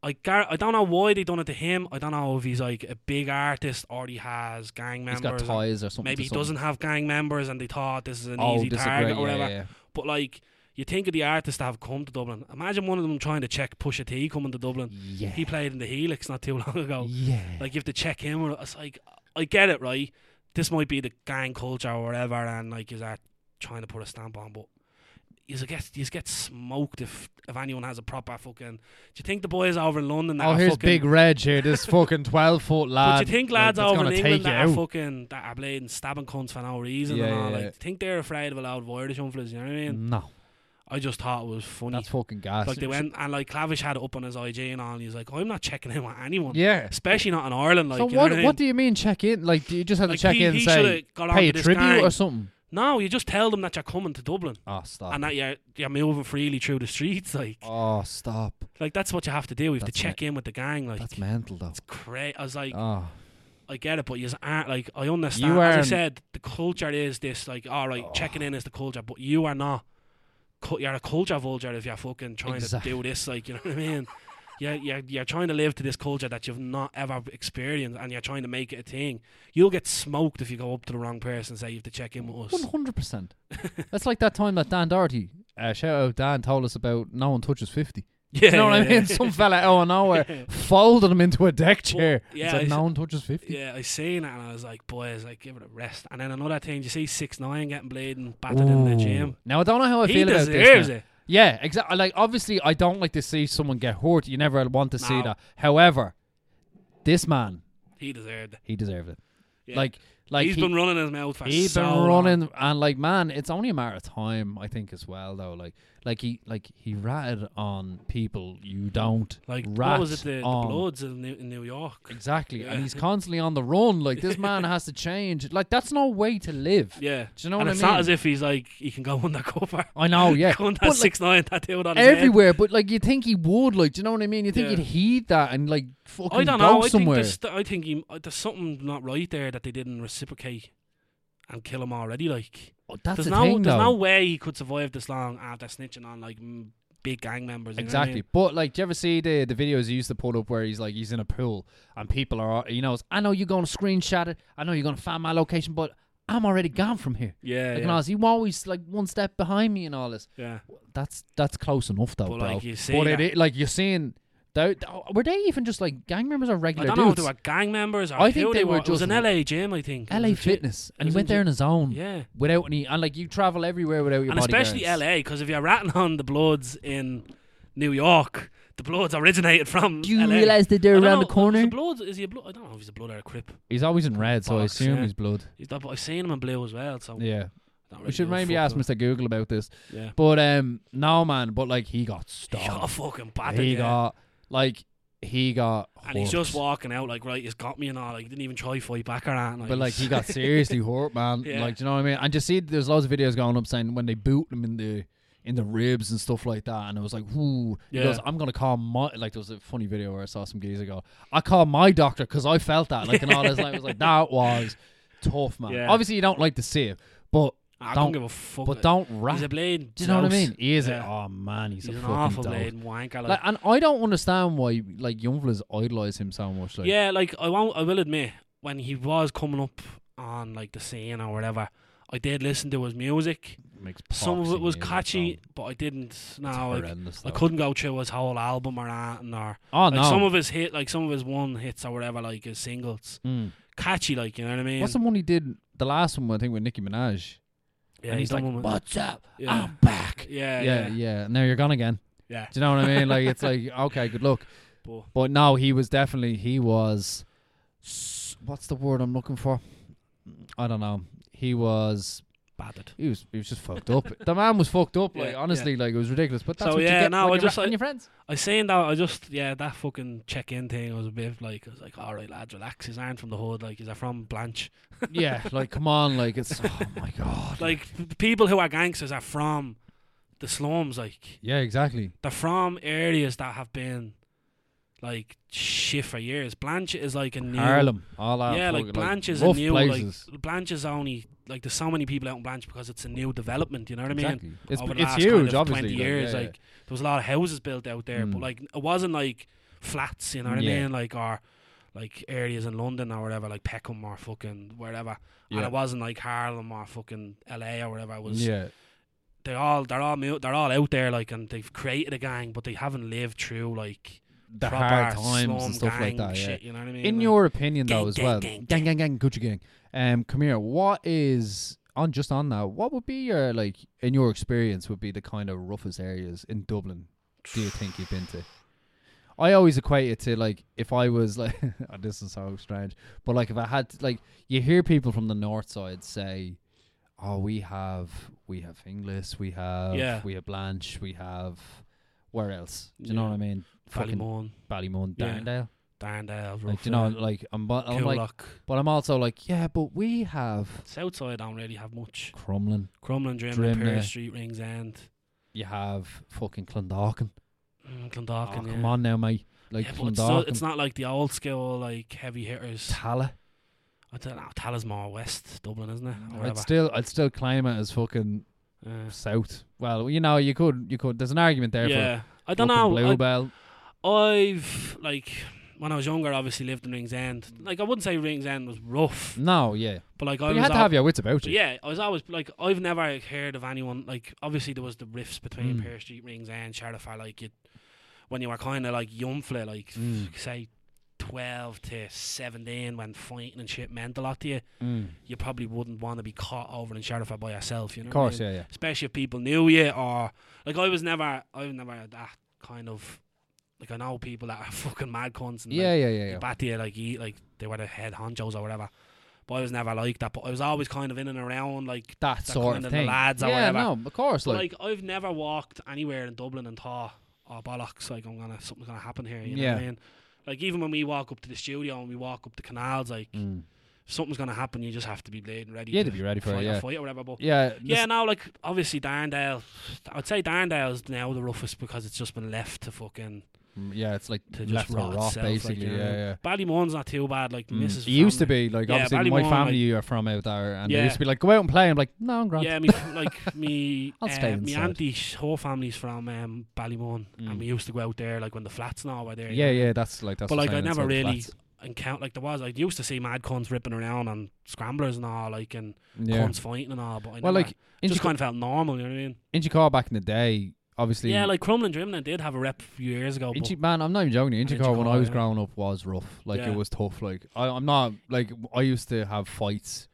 B: I gar- I don't know why they done it to him. I don't know if he's like a big artist or he has gang
A: he's
B: members.
A: got
B: or-
A: ties or something.
B: maybe
A: to
B: he
A: something.
B: doesn't have gang members and they thought this is an
A: Oh,
B: easy
A: this is great,
B: target or
A: yeah,
B: whatever.
A: yeah.
B: But like, you think of the artists that have come to Dublin. Imagine one of them trying to check Pusha T coming to Dublin.
A: Yeah,
B: He played in the Helix not too (laughs) long ago.
A: yeah.
B: Like, you have to check him. Or it's like, I get it, right? This might be the gang culture or whatever, and like, is that trying to put a stamp on? But you get you get smoked if if anyone has a proper fucking. Do you think the boys over in London? that
A: oh,
B: are
A: here's
B: fucking,
A: Big Reg here, this fucking twelve foot lad.
B: but you think lads
A: like, that's
B: over in
A: gonna
B: England
A: take you
B: that are
A: out.
B: fucking that are blading stabbing cunts for no reason
A: Yeah,
B: and all
A: yeah,
B: like
A: yeah.
B: think they're afraid of a loud Irish influence, you know what I mean?
A: No,
B: I just thought it was funny.
A: that's fucking gas.
B: like they went and like Clavish had it up on his IG and all and he's like, I'm not checking in with anyone.
A: Yeah.
B: Especially not in Ireland, like
A: so
B: you
A: what?
B: know what, I mean?
A: What do you mean check in? Like do you just have
B: Like,
A: to check
B: he-
A: in,
B: he
A: and say,
B: should've got on
A: pay
B: to
A: a
B: this
A: tribute
B: gang.
A: or something.
B: No, you just tell them that you're coming to Dublin
A: Oh, stop.
B: and that you're you're moving freely through the streets, like
A: Oh, stop.
B: like that's what you have to do. You have to
A: That's
B: check in with the gang, like
A: That's mental, though.
B: it's crazy. I was like
A: Oh,
B: I get it, but you aren't like I understand.
A: You
B: As I
A: aren't- Oh.
B: said, the culture is this like all right, checking in is the culture, but you are not. cu- You're a culture vulture if you're fucking trying
A: Exact-
B: to do this. Like you know what I mean? Yeah, you're, you're trying to live to this culture that you've not ever experienced, and you're trying to make it a thing. You'll get smoked if you go up to the wrong person and say you have to check in with
A: one
B: us.
A: hundred
B: (laughs)
A: percent. That's like that time that Dan Doherty, uh, shout out Dan, told us about no one touches
B: (laughs)
A: fifty.
B: Yeah,
A: you know what
B: yeah,
A: I
B: (laughs)
A: mean?
B: yeah.
A: Some fella out of nowhere
B: (laughs)
A: folded him into a deck chair.
B: yeah,
A: it's like
B: I
A: no
B: s-
A: one touches fifty.
B: Yeah, I seen it and I was like, boys, like give it a rest. And then another thing, you see six nine getting bleeding, battered in the
A: Ooh.
B: gym.
A: Now I don't know how I
B: he
A: feel about
B: deserves
A: this. now.
B: it.
A: Yeah, exactly. Like obviously, I don't like to see someone get hurt. You never want to see
B: No.
A: that. However, this man,
B: He deserved it.
A: he deserved it.
B: Yeah.
A: Like, like
B: he's
A: he-
B: been running his mouth for
A: He's
B: so
A: been
B: long.
A: running and like man, it's only a matter of time, I think, as well though. Like like he like he ratted on people you don't
B: Like
A: rat
B: what was it? The, the
A: on.
B: Bloods in New, in New York.
A: Exactly.
B: Yeah.
A: And he's constantly on the run. Like this
B: (laughs)
A: man has to change. Like that's no way to live.
B: Yeah.
A: Do you know
B: and
A: what I
B: it's
A: mean?
B: not as if he's like he can go (laughs) undercover.
A: I know,
B: (laughs)
A: yeah.
B: Going
A: But,
B: that
A: like,
B: six nine tattooed on his head.
A: everywhere, but like you think he would, like, do you know what I mean? You think
B: Yeah.
A: he'd heed that and like fucking
B: I don't
A: go
B: know. I think
A: somewhere.
B: there's, th- I think he, uh, there's something not right there that they didn't reciprocate and kill him already. Like
A: Oh, that's
B: there's
A: the
B: no
A: thing
B: there's
A: though.
B: no way he could survive this long after snitching on like m- big gang members. you know what I
A: Exactly.
B: mean?
A: But like, do you ever see the the videos he used to put up where he's like, he's in a pool and people are, he knows, I know you're going to screenshot it. I know you're going to find my location, but I'm already gone from here.
B: Yeah.
A: Like,
B: yeah.
A: and I was, you always like one step behind me and all this.
B: yeah.
A: That's that's close enough though,
B: But,
A: bro.
B: like, you see
A: but
B: that-
A: it, i- like you're seeing, they, were they even just like gang members or
B: I
A: regular
B: don't know if
A: dudes?
B: they were gang members or
A: I think
B: who
A: they were
B: It was
A: just
B: an LA gym, I think. It was
A: LA
B: a gym-
A: Fitness, and he
B: was
A: went
B: in
A: there on his own.
B: Yeah.
A: Without any, and like you travel everywhere without your
B: and especially
A: bodyguards.
B: LA, because if you're ratting on the Bloods in New York, the Bloods originated from.
A: Do you
B: LA.
A: realize that
B: I
A: they're
B: don't
A: around
B: know,
A: the corner?
B: Is, the Bloods, is he a Blood? I don't know if he's a Blood or a Crip.
A: He's always in red, so I
B: Box,
A: assume
B: yeah. Oh.
A: he's blood.
B: He's not, but I've seen him in blue as well, so.
A: Yeah.
B: I don't
A: We
B: really
A: should
B: give a
A: maybe
B: fuck
A: ask
B: though.
A: Mr. Google about this.
B: Yeah.
A: But um, no man, but like he got
B: He got
A: stopped.
B: fucking
A: He got,
B: battered. yeah.
A: like he got
B: and he's just
A: hurt.
B: walking out like, right, he's got me and all. Like, he didn't even try to fight back or anything.
A: but like he
B: (laughs)
A: got seriously hurt, man.
B: Yeah.
A: Like do you know what I mean? And you see, there's loads of videos going up saying when they boot him in the in the ribs and stuff like that, and it was like, whoo. He
B: Yeah.
A: goes, I'm gonna call my like there was a funny video where I saw some geezer go, I call my doctor because I felt that like and all this. And I was
B: (laughs)
A: like, that was tough, man.
B: Yeah.
A: Obviously, you don't like to see it, but
B: I
A: don't-
B: don't, give a fuck.
A: but
B: like,
A: don't
B: He's a
A: rap.
B: blade.
A: Do you know what I
B: souse.
A: mean? He is.
B: Yeah.
A: A, oh man, he's,
B: He's
A: a
B: an
A: fucking
B: awful
A: dog.
B: blade wanker. Like,
A: Like, and I don't understand why like young fellas idolize him so much. Like,
B: yeah, like I won't. I will admit when he was coming up on like the scene or whatever, I did listen to his music,
A: makes
B: Some of it
A: proxy
B: was
A: music
B: catchy,
A: sound
B: but I didn't. No, like,
A: horrendous,
B: I
A: though.
B: couldn't go through his whole album or anything. Or
A: Oh
B: like
A: no.
B: some of his hit, like some of his one hits or whatever, like his singles,
A: Mm.
B: catchy, like you know what I mean.
A: What's the one he did? The last one I think with Nicki Minaj.
B: yeah,
A: and he's
B: done
A: like,
B: one with-
A: "What's up?
B: Yeah.
A: I'm back."
B: yeah,
A: yeah,
B: yeah, yeah,
A: yeah. Now you're gone again.
B: yeah.
A: Do you know what I mean? Like
B: (laughs)
A: it's like okay, good luck.
B: But
A: But no, he was definitely he was. s- What's the word I'm looking for? I don't know. He was
B: battered.
A: he was he was just fucked up. The man was fucked up.
B: (laughs) Yeah,
A: Like
B: yeah.
A: honestly, like it was ridiculous. But that's
B: So,
A: what
B: yeah,
A: you get
B: no, I
A: when you're
B: just,
A: rapping
B: like-
A: your friends.
B: I saying that I just yeah that fucking check in thing was a bit like I was like all right lads relax his aren't from the hood like he's from Blanche
A: yeah, like come on, like it's oh my god.
B: (laughs) like p- people who are gangsters are from the slums like
A: yeah, exactly.
B: they're from areas that have been like shit for years Blanche is like a new
A: Harlem, all that.
B: yeah like
A: fucking,
B: Blanche is a
A: rough
B: new
A: places.
B: like Blanche is only like there's so many people out in Blanche because it's a new development you know what I mean
A: exactly. It's
B: over the
A: it's
B: last
A: huge,
B: kind of
A: obviously.
B: 20
A: like,
B: years,
A: yeah,
B: like, there was a lot of houses built out there, but
A: Mm.
B: like it wasn't like flats, you know what I
A: Yeah.
B: mean? Like or like areas in London or whatever, like Peckham or fucking wherever. And
A: Yeah.
B: it wasn't like Harlem or fucking LA or whatever. It was
A: yeah,
B: they're all they're all mo- they're all out there like and they've created a gang, but they haven't lived through like
A: the
B: proper
A: hard times
B: slum
A: and stuff like
B: gang
A: that. Yeah.
B: Shit, you know what I mean?
A: In
B: Like,
A: your opinion,
B: Gang,
A: though, as
B: gang,
A: well,
B: gang,
A: gang, gang, gang, Gucci gang. Um, come here. What is on just on that? What would be your like in your experience would be the kind of roughest areas in Dublin? Do you think
B: (sighs)
A: you've been to? I always equate it to like if I was (laughs) like oh, this is so strange, but like if I had to, like you hear people from the north side say, "Oh, we have we have Inglis, we have
B: Yeah.
A: we have Blanche, we have where else? Do you know
B: Yeah.
A: what I mean? Fucking
B: Ballymun,
A: Ballymun,
B: Yeah.
A: Darndale.
B: Darndale,
A: Like do you know, like I'm, bu- I'm like
B: Coolock.
A: but I'm also like, yeah, but we have
B: Southside don't really have much.
A: Crumlin.
B: Crumlin, Drimnagh,
A: Drimnagh.
B: Perth Street, Rings End.
A: You have fucking Clondalkin.
B: Mm,
A: Oh,
B: Clondalkin, yeah.
A: Come on now, mate. Like
B: yeah, but it's, not,
A: Clondalkin.
B: it's not like the old school like heavy hitters.
A: Tala.
B: I don't know. Tallagh's more west Dublin, isn't it? Or
A: I'd
B: whatever.
A: still, I'd still claim it as fucking
B: Uh,
A: south. Well, you know, you could, you could. There's an argument there
B: yeah, I
A: for
B: don't
A: fucking
B: know.
A: Bluebell.
B: I, I've like when I was younger, obviously lived in Rings End. Like I wouldn't say Rings End was rough,
A: no, yeah.
B: but like I
A: Mm. But
B: was
A: you had to
B: al-
A: have your wits about
B: but
A: you.
B: yeah, I was always like I've never heard of anyone like obviously there was the rifts between
A: Mm.
B: Pear Street, Rings End, Sheriff. I like you when you were kind of like young, fella, like
A: Mm.
B: say twelve to seventeen, when fighting and shit meant a lot to you. you probably wouldn't want to be caught over in Sheriff by yourself, you know.
A: Of
B: what I
A: course,
B: mean?
A: yeah, yeah.
B: Especially if people knew you or like I was never I was never that kind of like I know people that are (laughs) fucking mad cunts and
A: Yeah,
B: like,
A: yeah, yeah,
B: they
A: yeah.
B: bat you like you, like they were the head honchos or whatever. But I was never like that. But I was always kind of in and around like
A: That
B: the
A: sort
B: kind
A: of
B: of the
A: thing.
B: lads or
A: yeah,
B: whatever.
A: no, of course.
B: so
A: Like,
B: like I've never walked anywhere in Dublin and thought, Oh bollocks, like I'm gonna something's gonna happen here, you know what I
A: Yeah.
B: mean? Like even when we walk up to the studio and we walk up the canals, like
A: Mm.
B: something's gonna happen, you just have to be bleeding ready.
A: yeah, to be ready for
B: fight
A: it.
B: or
A: Yeah,
B: fight or whatever. But
A: yeah,
B: yeah, no, like obviously Darndale, I'd say Darndale's now the roughest because it's just been left to fucking
A: mm, yeah. It's like
B: to
A: left
B: just
A: for
B: rot
A: rot,
B: itself,
A: basically.
B: Like, you know.
A: Yeah, yeah.
B: Ballymun's not too bad. Like
A: Mm.
B: Mrs.
A: It used to
B: family-
A: be like
B: Yeah,
A: obviously my
B: Ballymun,
A: family are from out there, and
B: Yeah.
A: they used to be like go out and play. I'm like, no, I'm grand.
B: Yeah, me
A: (laughs)
B: f- like me,
A: I'll stay
B: uh, me
A: inside.
B: auntie's whole family's from um, Ballymun, and
A: Mm.
B: we used to go out there like when the flats now were there. you
A: yeah,
B: know?
A: yeah, that's like that's.
B: But
A: the
B: like I
A: same
B: never
A: inside the
B: really
A: flats.
B: encountered like there was. I used to see mad cunts ripping around and scramblers and all, like and
A: Yeah.
B: cunts fighting and all. But I
A: Well,
B: never,
A: like
B: just
A: Inchicore
B: kind of felt normal. You know what I mean?
A: Inchicore back in the day, obviously.
B: Yeah, like Crumlin Drimlin did have a rep a few years ago. but
A: Inchi, man, I'm not even joking. you, Inchicore when
B: Inchicore,
A: I was
B: yeah.
A: growing up was rough. Like
B: Yeah.
A: it was tough. Like I, I'm not like I used to have fights.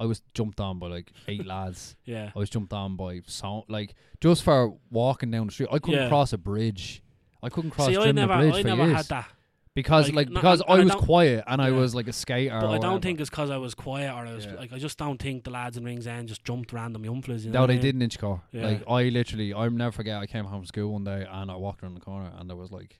A: I was jumped on by like
B: (laughs)
A: eight lads.
B: yeah.
A: I was jumped on by so like just for walking down the street. I couldn't
B: Yeah.
A: cross a bridge. I couldn't cross
B: See, I
A: Drimna
B: never,
A: Bridge
B: I
A: for
B: never
A: years
B: had that.
A: because
B: like,
A: like,
B: no,
A: because
B: and-
A: I
B: and I
A: was
B: don't-
A: quiet and I
B: yeah.
A: was like a skater.
B: But
A: or
B: I
A: whatever.
B: don't think it's because I was quiet or I was
A: Yeah.
B: like I just don't think the lads in Rings End just jumped random young fellas. You know
A: No,
B: what I
A: they
B: mean?
A: did an inch car.
B: Yeah.
A: Like I literally, I'll never forget. I came home from school one day and I walked around the corner and there was like,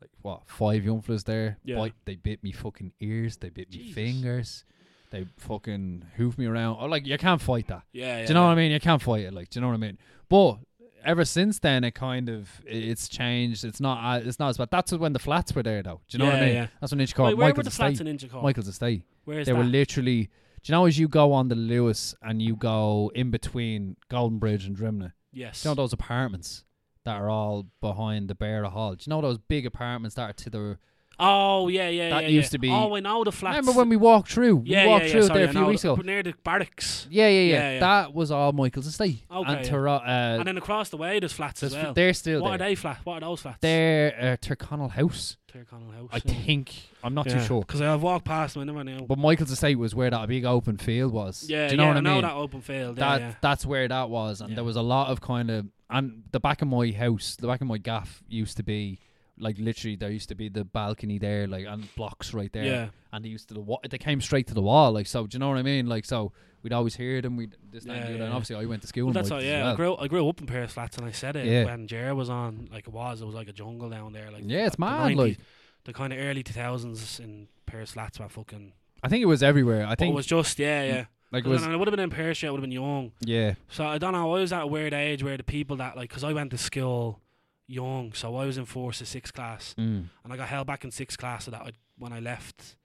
A: like what five young fellas there.
B: Yeah.
A: Bite, they bit me fucking ears. They bit me
B: Jesus.
A: fingers. They fucking hoofed me around. Oh, like you can't fight that.
B: Yeah, yeah.
A: do you know what I mean? You can't fight it. Like do you know what I mean? But ever since then, it kind of i- it's changed. It's not. uh, It's not as bad. That's when the flats were there though. Do you know what
B: Yeah,
A: I mean?
B: yeah.
A: That's when inch
B: Wait,
A: car.
B: where were
A: Michael's
B: the flats
A: estate.
B: in Inchicore?
A: Michael's estate
B: Where is
A: they
B: that?
A: were literally. Do you know as you go on the Lewis and you go in between Golden Bridge and Drimna?
B: yes.
A: Do you know those apartments that are all behind the Bear Hall? Do you know those big apartments that are to the
B: Oh yeah, yeah.
A: That
B: yeah,
A: used
B: yeah.
A: to be-
B: Oh, I know the flats.
A: Remember when we walked through? We
B: yeah,
A: walked
B: yeah, yeah,
A: through it
B: sorry,
A: there a
B: I
A: few
B: know
A: weeks
B: that.
A: ago.
B: But near the barracks,
A: Yeah, yeah, yeah,
B: Yeah, yeah.
A: That was all Michael's estate.
B: Okay,
A: and
B: yeah.
A: Tara, uh,
B: and then across the way there's flats as
A: there's-
B: well.
A: they're still
B: What are
A: there.
B: they flat? What are those flats?
A: They're uh, Tyrconnell House,
B: Tyrconnell House.
A: I think. I'm not too sure.
B: Because I've walked past them, I never knew.
A: But Michael's estate was where that big open field was.
B: yeah,
A: Do you know
B: yeah,
A: what I
B: I
A: mean?
B: know that open field. Yeah,
A: that
B: yeah.
A: that's where that was, and
B: Yeah.
A: there was a lot of kind of and the back of my house, the back of my gaff used to be like literally there used to be the balcony there, like and blocks right there,
B: Yeah.
A: and they used to the wa- they came straight to the wall, like so. Do you know what I mean? Like so, we'd always hear them. We would this that,
B: Yeah,
A: and the other,
B: yeah,
A: and
B: yeah.
A: obviously I went to school.
B: Well,
A: in
B: that's all,
A: Michael's as
B: yeah. I
A: well.
B: grew I grew up in Paris flats, and I said it
A: Yeah.
B: when Jer was on, like it was, it was like a jungle down there, like
A: Yeah, it's
B: the
A: mad, like.
B: the kind of early two thousands in Paris flats were fucking.
A: I think it was everywhere. I
B: But it
A: think
B: was just yeah, yeah.
A: like it
B: Because
A: was
B: I would have been in Paris, yeah, I would have been young.
A: yeah,
B: So I don't know. I was at a weird age where the people that like, because I went to school young, so I was in fourth to sixth class,
A: mm.
B: and I got held back in sixth class so that I, when I left.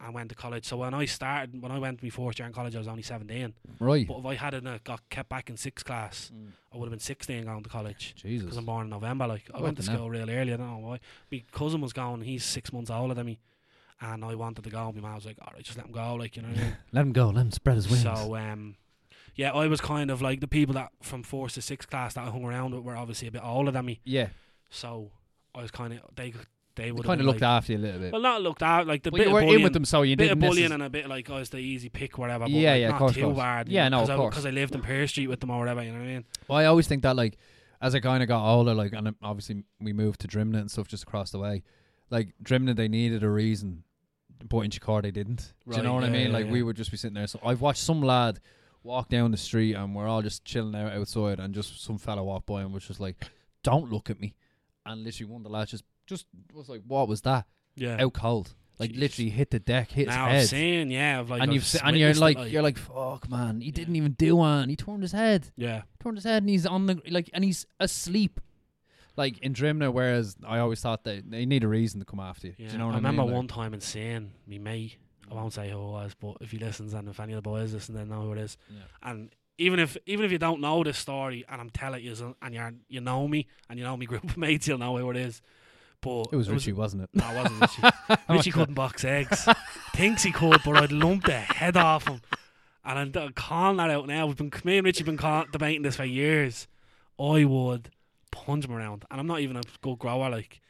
B: and went to college. So when I started, when I went to my fourth year in college, I was only 17.
A: right.
B: But if I hadn't uh, got kept back in sixth class,
A: Mm.
B: I would have been 16 going to college.
A: Jesus,
B: because I'm born in November. Like I went to
A: Fucking
B: school real early. I don't know why. My cousin was going. He's six months older than me, and I wanted to go. and My mum was like, "All right, just let him go." Like you know. What I mean?
A: let him go. Let him spread (laughs) his wings.
B: so um, yeah, I was kind of like the people that from fourth to sixth class that I hung around with were obviously a bit older than me.
A: yeah,
B: So I was kind of they they
A: we
B: would
A: kind of looked after you a little bit.
B: Well, not looked out like the
A: Well,
B: bit
A: you
B: of
A: were in
B: bullying,
A: with them, so you
B: bit of
A: didn't.
B: bullying
A: necess-
B: and a bit like I was the easy pick, whatever. But
A: Yeah,
B: like,
A: yeah, of
B: not
A: course,
B: too
A: course.
B: bad.
A: Yeah, no, of course.
B: because I lived in Pear Street with them or whatever. You know what I mean?
A: Well, I always think that like as I kind of got older, like and obviously we moved to Drimna and stuff just across the way. Like Drimna, they needed a reason, but in Chicago they didn't. Do you
B: Right,
A: know what I
B: yeah,
A: mean?
B: yeah,
A: like we
B: yeah.
A: would just be sitting there. So I've watched some lad walk down the street and we're all just chilling out outside, and just some fella walked by and was just like, "Don't look at me," and literally one of the lads just just was like, "What was that?"
B: Yeah.
A: Out cold, like
B: Jesus.
A: literally hit the deck, hit
B: now I've
A: his head.
B: seen, yeah, I've like
A: and
B: I've
A: you've se- and you're
B: witnessed it,
A: like, you're like fuck man he didn't even do one he turned his head
B: yeah.
A: turned his head and he's on the like and he's asleep like in Drimna whereas I always thought that they need a reason to come after you
B: Yeah,
A: do you know what
B: I
A: I,
B: remember
A: mean? Like, Mm.
B: one time in saying me mate, I won't say who it was, but if he listens and if any of the boys listen, they know who it is.
A: Yeah.
B: And even if even if you don't know this story and I'm telling you and you are you know me and you know me group of mates, you'll know who it is. But
A: it was Richie wasn't it
B: No, it wasn't
A: (laughs)
B: Richie. Richie couldn't box eggs. Thinks he could, but I'd lump the head off him. And I'm, I'm calling that out now. We've been me and Richie have been call, debating this for years. I would punch him around, and I'm not even a good grower. Like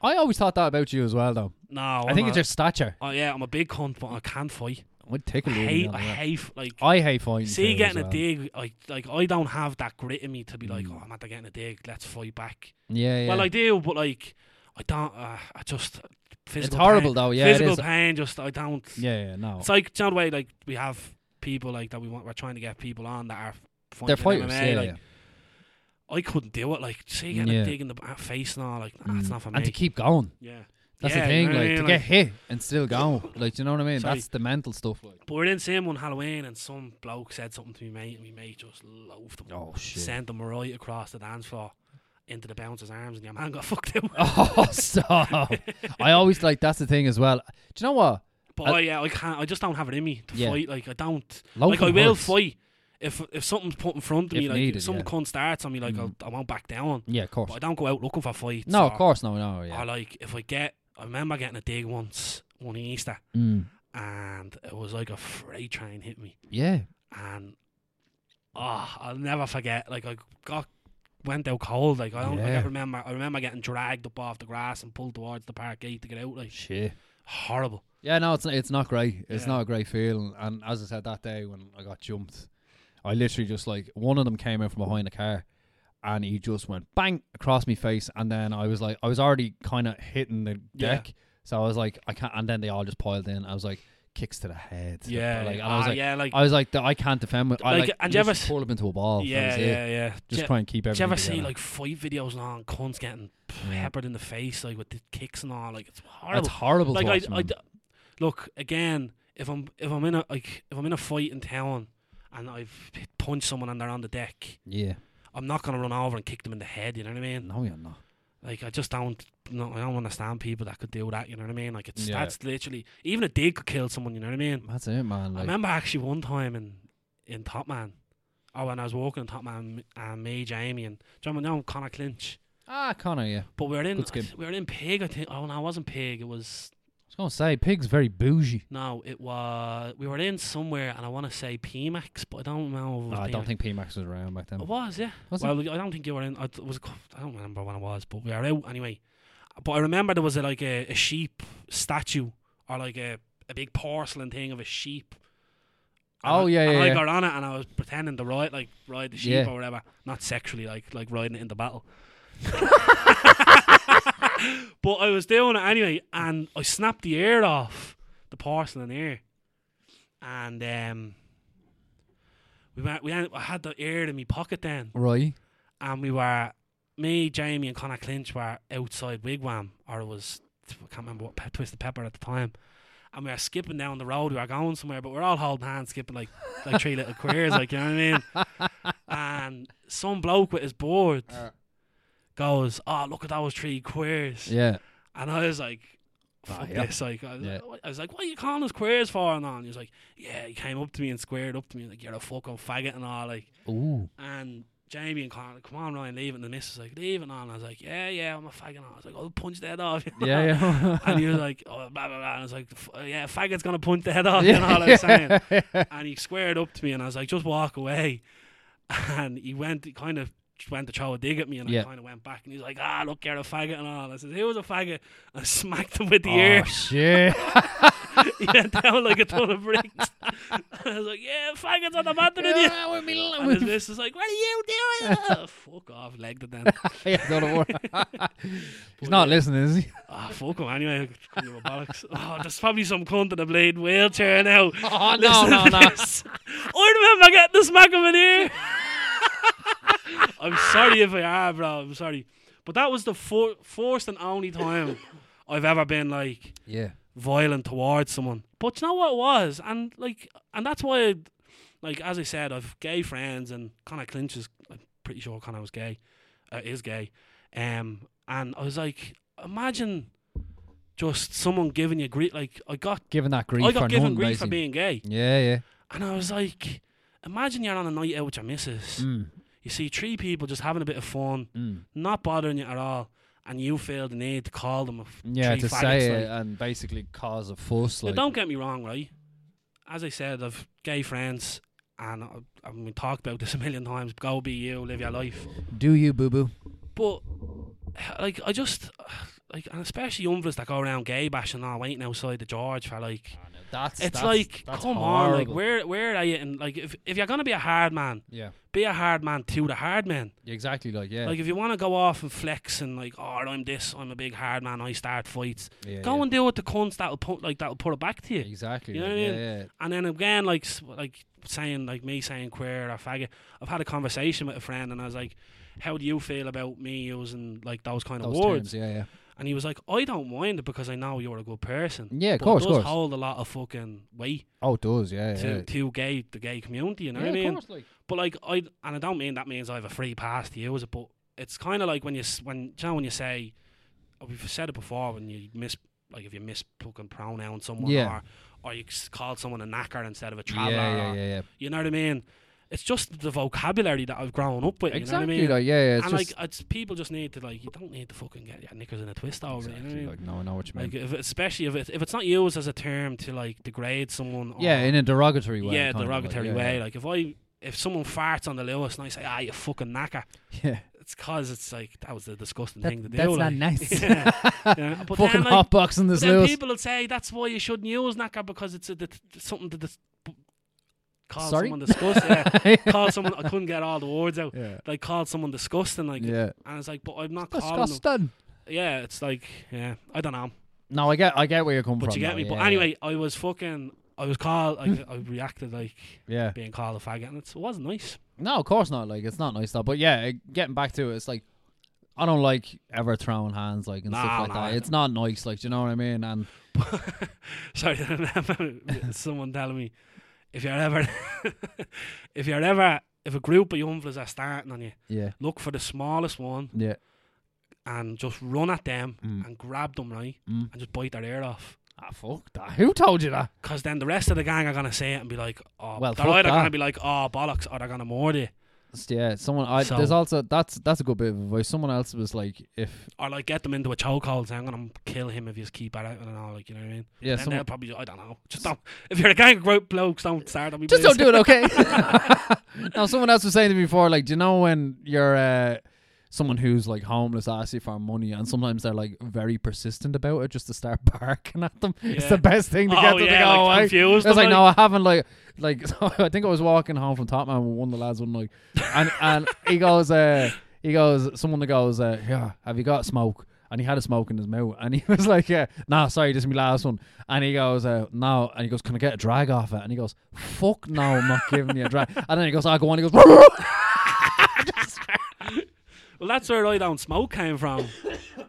A: I always thought that about you as well though
B: no,
A: I think it's your stature
B: Oh yeah, I'm a big cunt, but I can't fight.
A: I'd take a
B: I
A: little
B: hate,
A: on
B: I
A: that.
B: hate, like,
A: I hate fighting
B: see
A: too
B: getting
A: as
B: a
A: well.
B: dig. Like, like I don't have that grit in me to be like,
A: Mm.
B: oh, I'm after getting a dig. Let's fight back.
A: yeah yeah
B: Well, I do, but like, I don't. Uh, I just
A: it's
B: physical.
A: horrible
B: Pain,
A: though yeah it
B: physical
A: is
B: pain. Just I don't.
A: yeah yeah no
B: It's like do you know the way like we have people like that we want. We're trying to get people on that are. fighting
A: they're fighters
B: MMA,
A: yeah,
B: like,
A: yeah.
B: I couldn't do it. Like, see, getting
A: Yeah.
B: a dig in the b- face and all. Like, nah, that's
A: Mm.
B: not for
A: and to
B: me.
A: keep going
B: yeah,
A: that's
B: Yeah,
A: the
B: you
A: thing
B: know what I
A: like to
B: mean?
A: get hit and still going like do you know what I mean
B: Sorry.
A: that's the mental stuff like
B: But we are in same one Halloween, and some bloke said something to me, mate, and me mate just loafed him.
A: oh shit
B: sent him right across the dance floor into the bouncer's arms, and your man got (laughs) fucked out.
A: (laughs) oh
B: (laughs)
A: stop I always like that's the thing as well do you know what
B: But
A: I-
B: I, yeah, I can't. I just don't have it in me to
A: Yeah.
B: fight. Like I don't.
A: Loafing
B: like I will
A: hurts.
B: fight if if something's put in front of
A: If
B: me. Like
A: needed,
B: if some
A: yeah.
B: cunt starts on me, like
A: Mm.
B: I'll, I won't back down.
A: Yeah, of course.
B: But I don't go out looking for fights.
A: No,
B: or-
A: of course, no, no, yeah.
B: Or like if I get, I remember getting a dig once one Easter,
A: Mm.
B: and it was like a freight train hit me,
A: Yeah,
B: and oh, I'll never forget. Like I got went out cold. Like I don't. I
A: Yeah.
B: can't remember. I remember getting dragged up off the grass and pulled towards the park gate to get out. Like
A: shit.
B: horrible.
A: Yeah, no, it's not, it's not great. It's
B: Yeah.
A: not a great feeling. And as I said that day when I got jumped, I literally just like one of them came out from behind the car, and he just went bang across my face, and then I was like, I was already kind of hitting the
B: Yeah.
A: deck, so I was like, I can't. And then they all just piled in. I was like, kicks to the head.
B: Yeah.
A: like, and
B: ah,
A: I was like,
B: yeah, like
A: I was like, I can't defend. With, I
B: Like,
A: like,
B: and do you ever
A: literally
B: s-
A: pull him into a ball. That
B: yeah,
A: was
B: yeah,
A: it.
B: yeah,
A: Just
B: do,
A: try and keep
B: do you
A: everything.
B: ever see
A: together.
B: like fight videos and all, and cunts getting peppered in the face like with the kicks and all? Like it's
A: That's
B: horrible.
A: horrible.
B: Like
A: to watch,
B: I, I
A: man.
B: d- look again. If I'm if I'm in a like if I'm in a fight in town and I've punched someone and they're on the deck,
A: yeah,
B: I'm not gonna run over and kick them in the head. You know what I mean?
A: no, you're not.
B: Like I just don't, no, I don't understand people that could do that. You know what I mean? Like it's
A: Yeah.
B: that's literally even a dig could kill someone. You know what I mean?
A: That's it, man.
B: I
A: Like,
B: remember actually one time in in Top Man, oh when I was walking in Top Man, and me, Jamie, and do you remember now Connor Clinch?
A: Ah, Connor, yeah. I
B: But we were in
A: Good skin.
B: we were in Pig, I think. Oh no, it wasn't Pig. It was
A: was going to say, Pig's very bougie.
B: no, it was we were in somewhere, and I want to say PMax, but I don't know. If it was
A: No, Oh, I
B: PMaX.
A: don't think P-Max was around back then.
B: It was, yeah.
A: Was it?
B: well, I don't think you were in. I th- was. I don't remember when it was, but we were out anyway. But I remember there was a, like a, a sheep statue or like a, a big porcelain thing of a sheep. And
A: Oh,
B: I-
A: yeah,
B: and
A: yeah,
B: I
A: yeah.
B: got on it and I was pretending to ride, like ride the sheep
A: Yeah.
B: or whatever, not sexually, like like riding it in
A: (laughs)
B: the battle. but I was doing it anyway, and I snapped the ear off the porcelain ear, and um, we went, we had, I had the ear in my pocket then,
A: Right.
B: and we were me, Jamie, and Connor Clinch were outside Wigwam, or it was I can't remember what Pe- Twisted Pepper at the time. And we were skipping down the road, we were going somewhere, but we are all holding hands, skipping like like three little queers, like you know what I mean. And some bloke with his board
A: Uh.
B: goes, "Oh, look at those three queers!"
A: Yeah.
B: And I was like,
A: Ah,
B: fuck
A: yeah.
B: this. Like, I was,
A: Yeah.
B: I was like, what are you calling us queers for? And all. And he was like, yeah, he came up to me and squared up to me, like, you're a fucking faggot and all. Like,
A: Ooh.
B: and Jamie and Connor, come on, Ryan, leave it. And the missus was like, leave it. And all. And I was like, yeah, yeah, I'm a faggot. And all. I was like, I'll punch the head off. (laughs)
A: Yeah, yeah.
B: and he was like, oh, blah, blah, blah. And I was like, "F- uh, yeah, faggot's going to punch the head off.
A: (laughs)
B: And all I was saying.
A: yeah.
B: And he squared up to me and I was like, just walk away. (laughs) And he went, he kind of just went to throw a dig at me and
A: Yeah.
B: I kind of went back and he's like, ah, look, you're a faggot and all. I said, he was a faggot. I smacked him with the
A: Oh,
B: ear. (laughs)
A: shit. (laughs)
B: he went down like a ton of bricks. (laughs) and I was like, yeah, faggots on the mountain with you.
A: Yeah, with me l-
B: And
A: with-
B: his missus is like, what are you doing?
A: (laughs)
B: (laughs) Oh, fuck off, legged it then.
A: Yeah, (laughs) don't worry.
B: (laughs)
A: He's not listening, is he?
B: Ah, fuck him anyway. (laughs) Give him a bollocks. Oh, there's probably some cunt in a blade wheelchair now.
A: Oh, (laughs) no,
B: (laughs) Listen
A: no,
B: to (laughs)
A: no.
B: this. I remember getting the smack of an ear. I'm sorry if I are, bro. I'm sorry. But that was the fir- first and only time I've ever been like
A: Yeah.
B: violent towards someone. But you know what it was? And like, and that's why, I, like, as I said, I've gay friends and Connor Clinch is, I'm pretty sure Connor was gay, uh, is gay. Um, and I was like, imagine just someone giving you grief. Like, I got,
A: Giving that grief
B: I got
A: for
B: given
A: none,
B: grief for
A: basically.
B: being gay.
A: Yeah, yeah.
B: And I was like, imagine you're on a night out with your missus.
A: Mm,
B: You see three people just having a bit of fun,
A: mm.
B: not bothering you at all. And you feel the need to call them a f-
A: Yeah,
B: three
A: to
B: faggots,
A: say
B: like.
A: it and basically cause a fuss. Like,
B: Now, don't get me wrong, right? As I said, I've gay friends, and I, I mean, we talk about this a million times. Go be you, live your life.
A: do you, boo boo?
B: But like, I just like, and especially young fellas that go around gay bashing, all waiting outside the George for like.
A: That's
B: It's
A: that's-
B: like,
A: that's
B: come on, like,
A: horrible.
B: where where are you? And like, if if you're gonna be a hard man,
A: Yeah,
B: be a hard man to the hard men.
A: exactly. Like, yeah,
B: Like, if you want to go off and flex and like, oh, I'm this, I'm a big hard man, I start fights.
A: yeah,
B: Go
A: yeah.
B: and deal with the cunts that'll put like that'll put it back to you.
A: (laughs) Exactly.
B: You
A: like,
B: know what I
A: yeah,
B: mean?
A: yeah.
B: And then again, like s- like saying like me saying queer or faggot, I've had a conversation with a friend, and I was like, "How do you feel about me using like those kind of
A: Those
B: words?"
A: terms. Yeah, yeah.
B: And he was like, "I don't mind it because I know you're a good person."
A: Yeah, of
B: But
A: course,
B: it
A: of
B: does
A: course.
B: hold a lot of fucking weight
A: Oh, it does. Yeah,
B: to
A: yeah.
B: to gay the gay community. You know
A: yeah,
B: what I mean?
A: Of course, like.
B: But like I and I don't mean that means I have a free pass to use it, but it's kind of like when you s- when you know when you say oh, we've said it before when you miss like if you miss fucking pronoun someone
A: Yeah.
B: or or you s- called someone a knacker instead of a
A: Yeah,
B: traveller.
A: yeah,
B: or-
A: yeah, yeah.
B: You know what I mean? It's just the vocabulary that I've grown up with.
A: Exactly.
B: You know what I
A: Like,
B: mean?
A: yeah, yeah. It's
B: and
A: just
B: like it's people just need to like you don't need to fucking get your knickers in a twist over. it,
A: exactly.
B: oh, You know what
A: like, no, I know what you
B: I mean?
A: mean.
B: Like uh, if, especially if it, if it's not used as a term to like degrade someone. Or,
A: yeah, in a derogatory way.
B: oh. yeah,
A: kind of, like,
B: derogatory
A: yeah,
B: way. Like if I if someone farts on the Lewis and I say, ah, you fucking knacker,
A: (laughs) Yeah.
B: it's cause it's like that was the disgusting
A: That-
B: thing to do.
A: that's not
B: like.
A: nice.
B: (laughs) Yeah,
A: (laughs)
B: yeah. But
A: Fucking
B: then, like,
A: hot boxing this
B: then
A: Lewis.
B: people will say that's why you shouldn't use knacker because it's a, that- something to dis- b- call
A: Sorry?
B: someone disgusting.
A: (laughs)
B: Yeah. call someone. I couldn't get all the words out.
A: Yeah.
B: Like called someone disgusting. Like
A: Yeah.
B: and it's like, but I'm not calling them.
A: Disgusting.
B: Yeah, it's like yeah, I don't know.
A: No, I get, I get where you're coming
B: But
A: from.
B: you get
A: though,
B: me.
A: yeah,
B: but
A: yeah.
B: anyway, I was fucking. I was
A: (laughs)
B: called. Like, I reacted like
A: yeah.
B: being called a faggot, and it's, it wasn't nice.
A: No, of course not. Like, it's not nice though. But yeah, it- getting back to it, it's like I don't like ever throwing hands like and
B: Nah,
A: stuff like
B: nah.
A: that. It's not nice. Like, do you know what I mean? And
B: (laughs) Sorry, I remember someone telling me if you're ever, (laughs) if you're ever, if a group of young fellas are starting on you,
A: yeah,
B: look for the smallest one
A: yeah.
B: and just run at them
A: Mm.
B: and grab them right
A: Mm.
B: and just bite their ear off.
A: Ah, fuck that. Who told you that?
B: Cause then the rest of the gang are gonna say it and be like, oh,
A: Well,
B: they're
A: fuck
B: either
A: that.
B: gonna be like, oh bollocks, or they're gonna murder you.
A: S- Yeah, someone. I,
B: So-
A: There's also that's that's a good bit of advice. Someone else was like, if
B: Or like get them into a chokehold, saying I'm gonna kill him if you just keep at it. I don't know, like you know what I mean.
A: yeah,
B: and they'll
A: someone,
B: probably I don't know. Just don't. If you're a gang of gro- blokes, don't start on
A: (laughs)
B: me.
A: just
B: please.
A: don't do it, okay? now, someone else was saying to me before, like, do you know when you're uh, someone who's like homeless asks you for money, and sometimes they're like very persistent about it, just to start (laughs) barking at them. It's
B: Yeah.
A: the best thing to get
B: Oh,
A: them to
B: yeah,
A: go
B: like,
A: away.
B: confuse
A: I was
B: them,
A: like, no, I haven't. Like, like (laughs) so I think I was walking home from Topman with one of the lads one night, and and (laughs) he goes, uh, he goes, someone that goes, uh, yeah, have you got smoke? And he had a smoke in his mouth, and he (laughs) was like, yeah, nah, sorry, this is my last one. And he goes, uh, no, and he goes, can I get a drag off it? And he goes, fuck no, I'm not giving you a (laughs) drag. And then he goes, I go on. He (laughs) goes,
B: Well, that's where I don't smoke came from.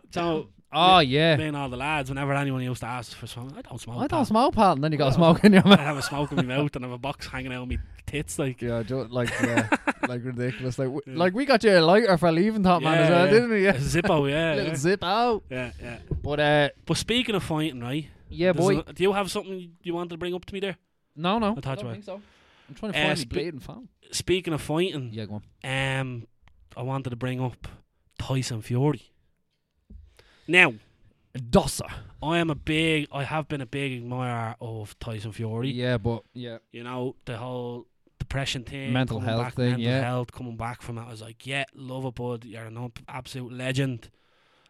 B: so
A: oh yeah,
B: me and all the lads, whenever anyone used to ask for smoke, I don't smoke.
A: I
B: pal.
A: don't smoke, pal. And then you got smoke in your mouth.
B: I have a smoke in my mouth and I have a box hanging out of my tits. Like,
A: (laughs) Yeah, ju- like yeah, like ridiculous. Like (laughs) w- like we got you a lighter for leaving Top Man as well,
B: yeah.
A: didn't we?
B: A
A: Yeah.
B: Zippo, yeah,
A: (laughs) Little
B: yeah.
A: zip out.
B: yeah, yeah.
A: But uh,
B: But speaking of fighting, right?
A: yeah,
B: there's
A: boy.
B: an- do you have something you wanted to bring up to me there?
A: no, no.
B: I thought
A: don't
B: you were.
A: think so. I'm trying to
B: Uh,
A: find the
B: spe- Hmm.
A: blade and found.
B: Speaking of fighting,
A: Yeah, go on.
B: um, I wanted to bring up Tyson Fury. Now,
A: Dossa.
B: I am a big, I have been a big admirer of Tyson Fury.
A: Yeah, but yeah,
B: you know, the whole depression thing,
A: Mental
B: coming
A: health
B: back,
A: thing,
B: mental
A: yeah.
B: health, coming back from it. I was like, yeah, love it, bud. You're an ab- absolute legend.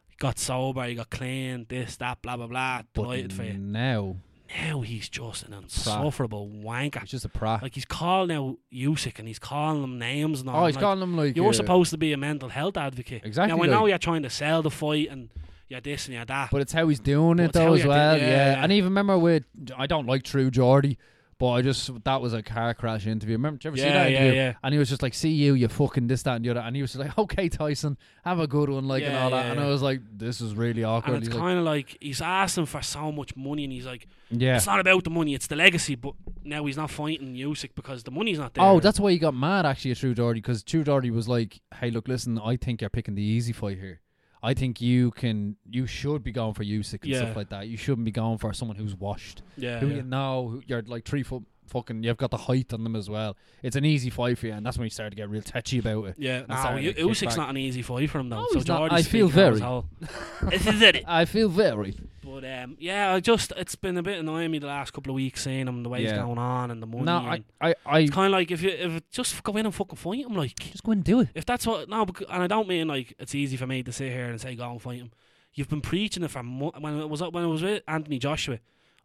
B: You got sober, you got clean, this, that, blah, blah, blah. Delighted
A: but
B: for you.
A: now
B: Now he's just an insufferable wanker.
A: it's just a prat.
B: Like, he's calling out Usyk and he's calling him names and all.
A: oh,
B: I'm
A: he's
B: like,
A: calling him like
B: You're
A: uh,
B: supposed to be a mental health advocate.
A: Exactly,
B: Now, I know
A: like-
B: you're trying to sell the fight and you're this and you're that.
A: But it's how he's doing
B: But
A: it
B: it's how
A: though as
B: you're
A: well.
B: doing-
A: yeah,
B: yeah, yeah.
A: and even remember with I don't like True Geordie, but I just that was a car crash interview. Remember? Did you ever see
B: Yeah,
A: that
B: yeah,
A: interview?
B: yeah.
A: And he was just like, "See you, you fucking this, that, and the other." And he was just like, (laughs) "Okay, Tyson, have a good one," like and
B: Yeah,
A: all that.
B: yeah,
A: and I
B: yeah.
A: was like, "This is really awkward."
B: and it's
A: He's like,
B: kind of like he's asking for so much money and he's like,
A: yeah.
B: It's not about the money, it's the legacy. But now he's not fighting Usyk because the money's not there.
A: Oh, that's why he got mad actually at True Doherty because True Doherty was like, "Hey, look, listen, I think you're picking the easy fight here. I think you can, you should be going for Usyk and
B: Yeah.
A: stuff like that. You shouldn't be going for someone who's washed,
B: yeah.
A: who
B: yeah.
A: you know, who you're like three foot fucking. You've got the height on them as well. It's an easy fight for you, and that's when he started to get real touchy about it.
B: Yeah, no,
A: sorry,
B: U-
A: I kicked
B: Usyk's
A: back.
B: not an easy fight for him though.
A: No,
B: so
A: he's not.
B: Jordy's
A: I feel
B: speaking out his
A: very. (laughs)
B: hole. this is it.
A: I feel very.
B: But um, yeah, I just it's been a bit annoying me the last couple of weeks seeing him the way he's
A: Yeah.
B: going on and the money.
A: No, I,
B: and
A: I, I
B: it's kind of like if you if it- just go in and fucking fight him, like
A: just go and do it.
B: if that's what no, becau- and I don't mean like it's easy for me to sit here and say go and fight him. You've been preaching it for mo- when it was when it was with Anthony Joshua.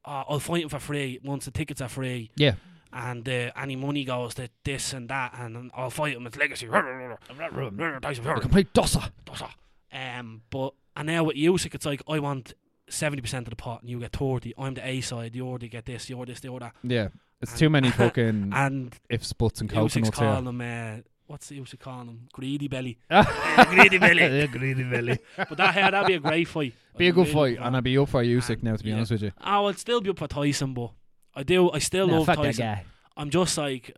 B: Oh, I'll fight him for free once the tickets are free.
A: Yeah,
B: and uh, any money goes to this and that, and, and I'll fight him. It's legacy. Tyson
A: a
B: Fury.
A: complete dosser.
B: Um, but and now with Usyk, it's like I want seventy percent of the pot, and you get thirty. I'm the A side. You're the get this. You're this. You're that.
A: Yeah, it's too many fucking
B: And
A: ifs, buts, and
B: Usyk's
A: coconuts here.
B: calling him. Uh, what's Usyk calling him? Greedy belly.
A: (laughs) Greedy
B: belly.
A: greedy belly.
B: But that yeah, that'd be a great fight.
A: Be a good
B: I'd
A: fight,
B: really
A: and I'd be up for Usyk
B: And,
A: now. To be
B: yeah.
A: honest with you,
B: I would still be up for Tyson, but I do. I still love Tyson.
A: guy.
B: I'm just like,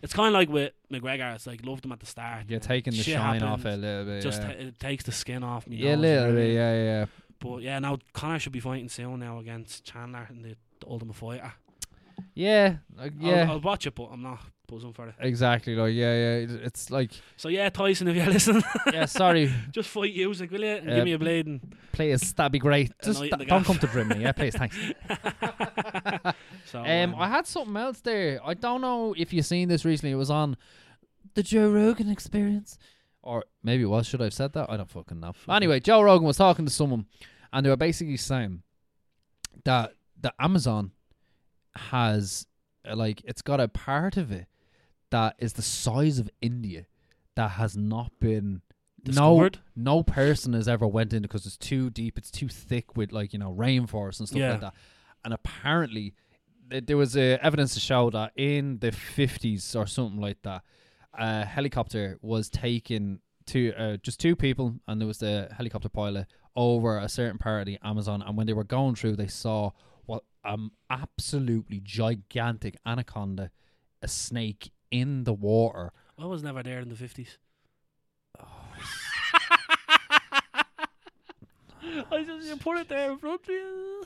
B: it's kind of like with McGregor. It's like loved him at the start.
A: You're taking the
B: Shit
A: shine off
B: happens.
A: a little bit.
B: just
A: yeah,
B: ta- it takes the skin off me.
A: yeah a
B: nose,
A: little
B: you know what I
A: bit.
B: mean?
A: Yeah, yeah, yeah.
B: But yeah, now Connor should be fighting soon now against Chandler in the, the Ultimate Fighter.
A: Yeah, like, yeah.
B: I'll, I'll watch it, but I'm not buzzing for it.
A: exactly. Like, yeah, yeah. It's, it's like,
B: So yeah, Tyson, if you're (laughs) listening,
A: (laughs) yeah. Sorry,
B: just fight Usyk, will you? And
A: Uh,
B: give me a blade. And
A: players. That'd be
B: (laughs)
A: great. Just
B: night in
A: d-
B: the
A: don't
B: gaff.
A: come to brim me. Yeah, please. (laughs)
B: (laughs)
A: Thanks.
B: so
A: Um, I had something else there. I don't know if you've seen this recently. It was on the Joe Rogan Experience, or maybe it was. Should I have said that? I don't fucking know.
B: Fuck it.
A: Anyway, Joe Rogan was talking to someone, and they were basically saying that the Amazon has uh, like it's got a part of it that is the size of India that has not been
B: Discovered?
A: no no person has ever went in because it's too deep, it's too thick with like you know rainforest and stuff
B: Yeah.
A: like that. And apparently, th- there was uh, evidence to show that in the fifties or something like that, a helicopter was taken to uh, just two people, and there was the helicopter pilot over a certain part of the Amazon. And when they were going through, they saw what um absolutely gigantic anaconda, a snake in the water.
B: I was never there in the fifties. I just you (laughs) put it there in front of you.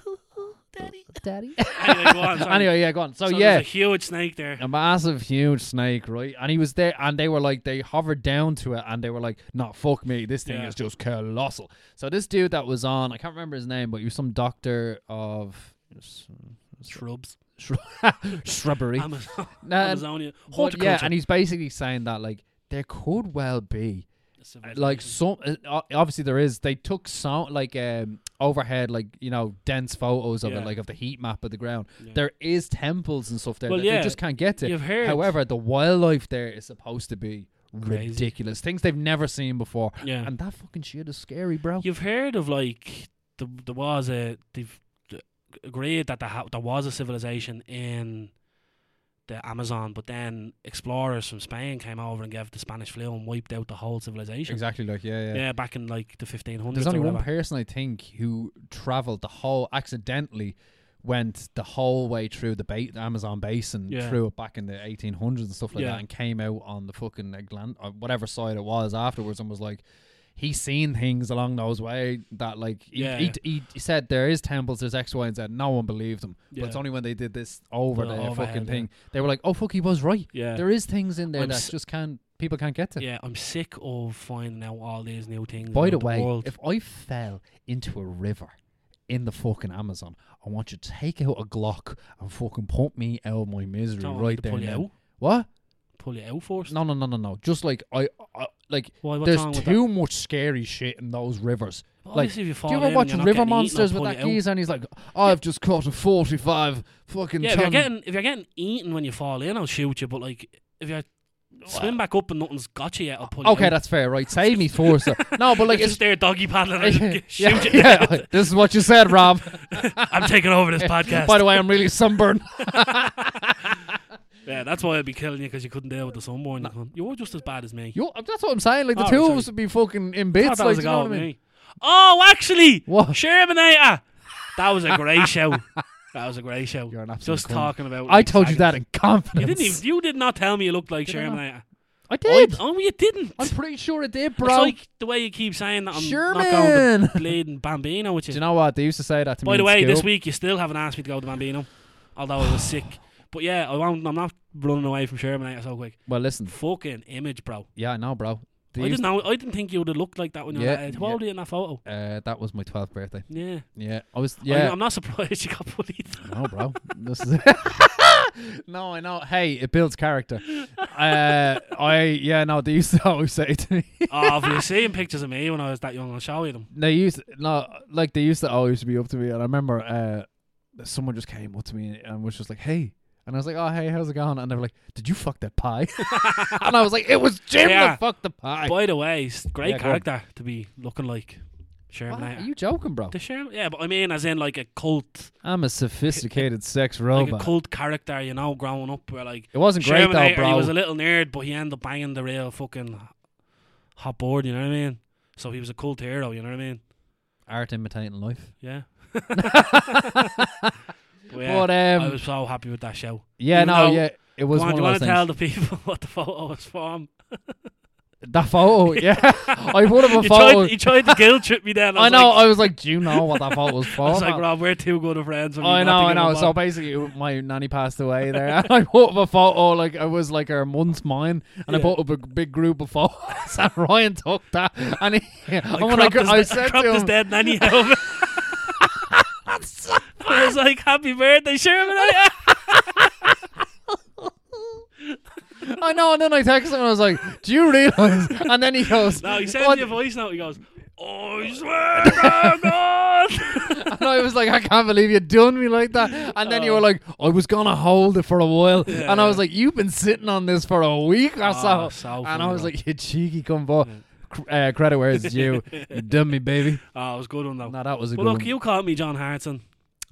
B: Daddy.
A: Daddy.
B: (laughs) Anyway, go on. sorry.
A: (laughs) anyway, yeah, go on. So,
B: So
A: yeah,
B: there's a huge snake there.
A: a massive, huge snake, right? And he was there, and they were like, they hovered down to it, and they were like, "Nah, fuck me, this thing
B: Yeah.
A: is just colossal." So this dude that was on, I can't remember his name, but he was some doctor of
B: (laughs) Shrubs.
A: shrubbery.
B: Amazon-
A: Nah,
B: Amazonia.
A: but
B: Horticulture.
A: yeah, and he's basically saying that like there could well be uh, like some uh, o- obviously there is they took some like um overhead like you know dense photos of
B: Yeah.
A: it like of the heat map of the ground
B: Yeah.
A: there is temples and stuff there
B: Mm. Well,
A: that
B: yeah,
A: you just can't get to
B: You've heard.
A: However, the wildlife there is supposed to be
B: Crazy. Mm.
A: ridiculous. Things they've never seen before.
B: yeah.
A: And that fucking shit is scary, bro.
B: You've heard of like the, there was a they've agreed that there, ha- there was a civilization in the Amazon, but then explorers from Spain came over and gave the Spanish flu and wiped out the whole civilization.
A: exactly like, yeah, yeah.
B: Yeah. back in like the 1500s.
A: There's
B: or
A: only one
B: whatever.
A: person, I think, who traveled the whole, accidentally went the whole way through the ba- Amazon basin,
B: Yeah.
A: through it back in the 1800s and stuff like
B: Yeah.
A: that, and came out on the fucking Atlant- or whatever side it was afterwards and was like, he's seen things along those way that like he,
B: Yeah.
A: he, he, he said there is temples there's X Y and Z no one believed him but it's
B: Yeah.
A: only when they did this over
B: The
A: the,
B: overhead,
A: fucking
B: yeah.
A: thing they were like oh fuck he was right
B: Yeah.
A: there is things in there
B: I'm
A: that
B: s-
A: just can't people can't get to
B: yeah, I'm sick of finding out all these new things.
A: by
B: about
A: the way
B: world.
A: if I fell into a river in the fucking Amazon I want you to take out a Glock and fucking pump me out of my misery
B: Don't want
A: right
B: to
A: there
B: pull
A: and
B: you
A: then.
B: out,
A: what
B: pull you out first.
A: no no no no no just like I, I like
B: Why? What's wrong
A: there's
B: with
A: too much scary shit in those rivers
B: that?
A: like,
B: Obviously, if you fall
A: Do you
B: in,
A: ever watch
B: you're not
A: River
B: getting eaten,
A: Monsters with
B: I'll pull
A: that
B: you out.
A: geezer? And he's like, I've just caught a 45 fucking
B: Yeah, if
A: ton.
B: you're getting if you're getting eaten when you fall in, I'll shoot you. But like if you're swim back up and nothing's got you yet, I'll pull you.
A: okay,
B: out.
A: that's fair, right? Save me for so. No,
B: (laughs)
A: but like,
B: it's
A: it's.
B: just there doggy paddling. I just
A: (laughs) yeah,
B: get- shoot
A: yeah,
B: you.
A: this is what you said,
B: (laughs)
A: Rob.
B: I'm taking over this
A: (laughs)
B: podcast.
A: By the way, I'm really sunburned.
B: yeah, that's why I'd be killing you because you couldn't deal with the sunburn. you cunt. You're just as bad as me.
A: You, that's what I'm saying. Like the
B: Oh,
A: two
B: sorry.
A: of us would be fucking in
B: I
A: bits.
B: thought that
A: like,
B: was
A: do
B: a
A: you know
B: goal
A: what I
B: at
A: mean?
B: me. Oh, actually,
A: What?
B: Shermanator. That was a great show. That was a great show.
A: (laughs) You're an absolute.
B: Just
A: cunt.
B: talking about.
A: I
B: like,
A: told you
B: (laughs)
A: that
B: seconds.
A: in confidence.
B: You didn't even. You did not tell me you looked like
A: Did I not?
B: Shermanator.
A: I
B: I-
A: did.
B: Oh, you didn't.
A: I'm pretty sure it did, bro.
B: It's like um, the way you keep saying that I'm not going (laughs)
A: Sherman.
B: to bleeding
A: (laughs)
B: Bambino, which
A: Do
B: is.
A: you know what they used to say that to me?
B: By the
A: in
B: way,
A: school.
B: this week you still haven't asked me to go to Bambino, although I was sick. But yeah, I won't, I'm not running away from Shermanator so quick.
A: Well, listen.
B: Fucking image, bro.
A: Yeah, I know, bro. They
B: I
A: used-
B: didn't know. I didn't think you would have looked like that when you were
A: Yeah,
B: that age. How old were you in that photo?
A: uh, that was my 12th birthday.
B: Yeah.
A: Yeah, I was.
B: I,
A: Yeah,
B: I'm not (laughs) surprised you got bullied.
A: No,
B: (laughs)
A: bro. This is (laughs) no, I know. Hey, it builds character. Uh, I yeah, no. They used to (laughs) always say to me.
B: oh, if you're seeing pictures of me when I was that young, I'll show you them.
A: they used no, like they used to always be up to me, and I remember uh, someone just came up to me and was just like, "Hey." And I was like, oh, hey, how's it going? And they were like, did you fuck that pie? (laughs) and I was like, it was Jim
B: Yeah.
A: that fucked the pie.
B: By the way, it's great
A: Yeah, go on.
B: character to be looking like
A: What? Are
B: Shermanator.
A: you joking, bro?
B: The Sherman, yeah, but I mean, as in like a cult,
A: I'm a
B: (laughs)
A: sophisticated sex
B: like
A: robot.
B: a cult character, you know, growing up, where like
A: it wasn't great, though,
B: Shermanator,
A: bro.
B: He was a little nerd, but he ended up banging the real fucking hot board. You know what I mean? So he was a cult hero. You know what I mean?
A: Art imitating life. (laughs)
B: Yeah. But yeah,
A: But, um,
B: I was so happy with that show.
A: yeah,
B: even
A: no,
B: though-
A: yeah. It was
B: Come on,
A: one
B: do you
A: of
B: want
A: those
B: to
A: things.
B: tell the people (laughs) what the photo was from?
A: That
B: (laughs)
A: photo, yeah. (laughs) I put up a
B: you
A: photo.
B: tried, you tried to guilt trip
A: (laughs)
B: me then. I,
A: I
B: was
A: know.
B: Like,
A: I was like, "Do you know what that photo was for?"
B: (laughs) I was like,
A: man?"
B: Rob, we're too good of friends. for me
A: I
B: not
A: know,
B: to
A: I
B: give a
A: know. So
B: fuck.
A: basically, my nanny passed away there, (laughs) and I put up a photo like I was like her month's mine, and I
B: Yeah.
A: put up a big group of photos. (laughs) And Ryan took that,
B: (laughs)
A: and, he, and when I,
B: cropped
A: gr-
B: his
A: I
B: de-
A: said
B: cropped
A: to
B: his
A: him,
B: dead nanny out. (laughs) I was like, "Happy birthday, Sherman!" (laughs)
A: I know, and then I texted him, and I was like, "Do you realize?" (laughs) And then he goes,
B: No, he sends
A: "What?"
B: me a voice note. He goes, "I (laughs) swear to (laughs) God."
A: (laughs) And I was like, I can't believe you done me like that. And then
B: Oh.
A: you were like, I was gonna hold it for a while. and I was like, You've been sitting on this for a week or
B: Oh,
A: so.
B: so
A: and I
B: funny,
A: was
B: bro.
A: like, You cheeky cumbo. Cr- Uh, credit where it's
B: (laughs)
A: due. you done me, baby.
B: Oh, it was a good one though.
A: No, that was a
B: but
A: good
B: look,
A: one.
B: you called me John Hartson.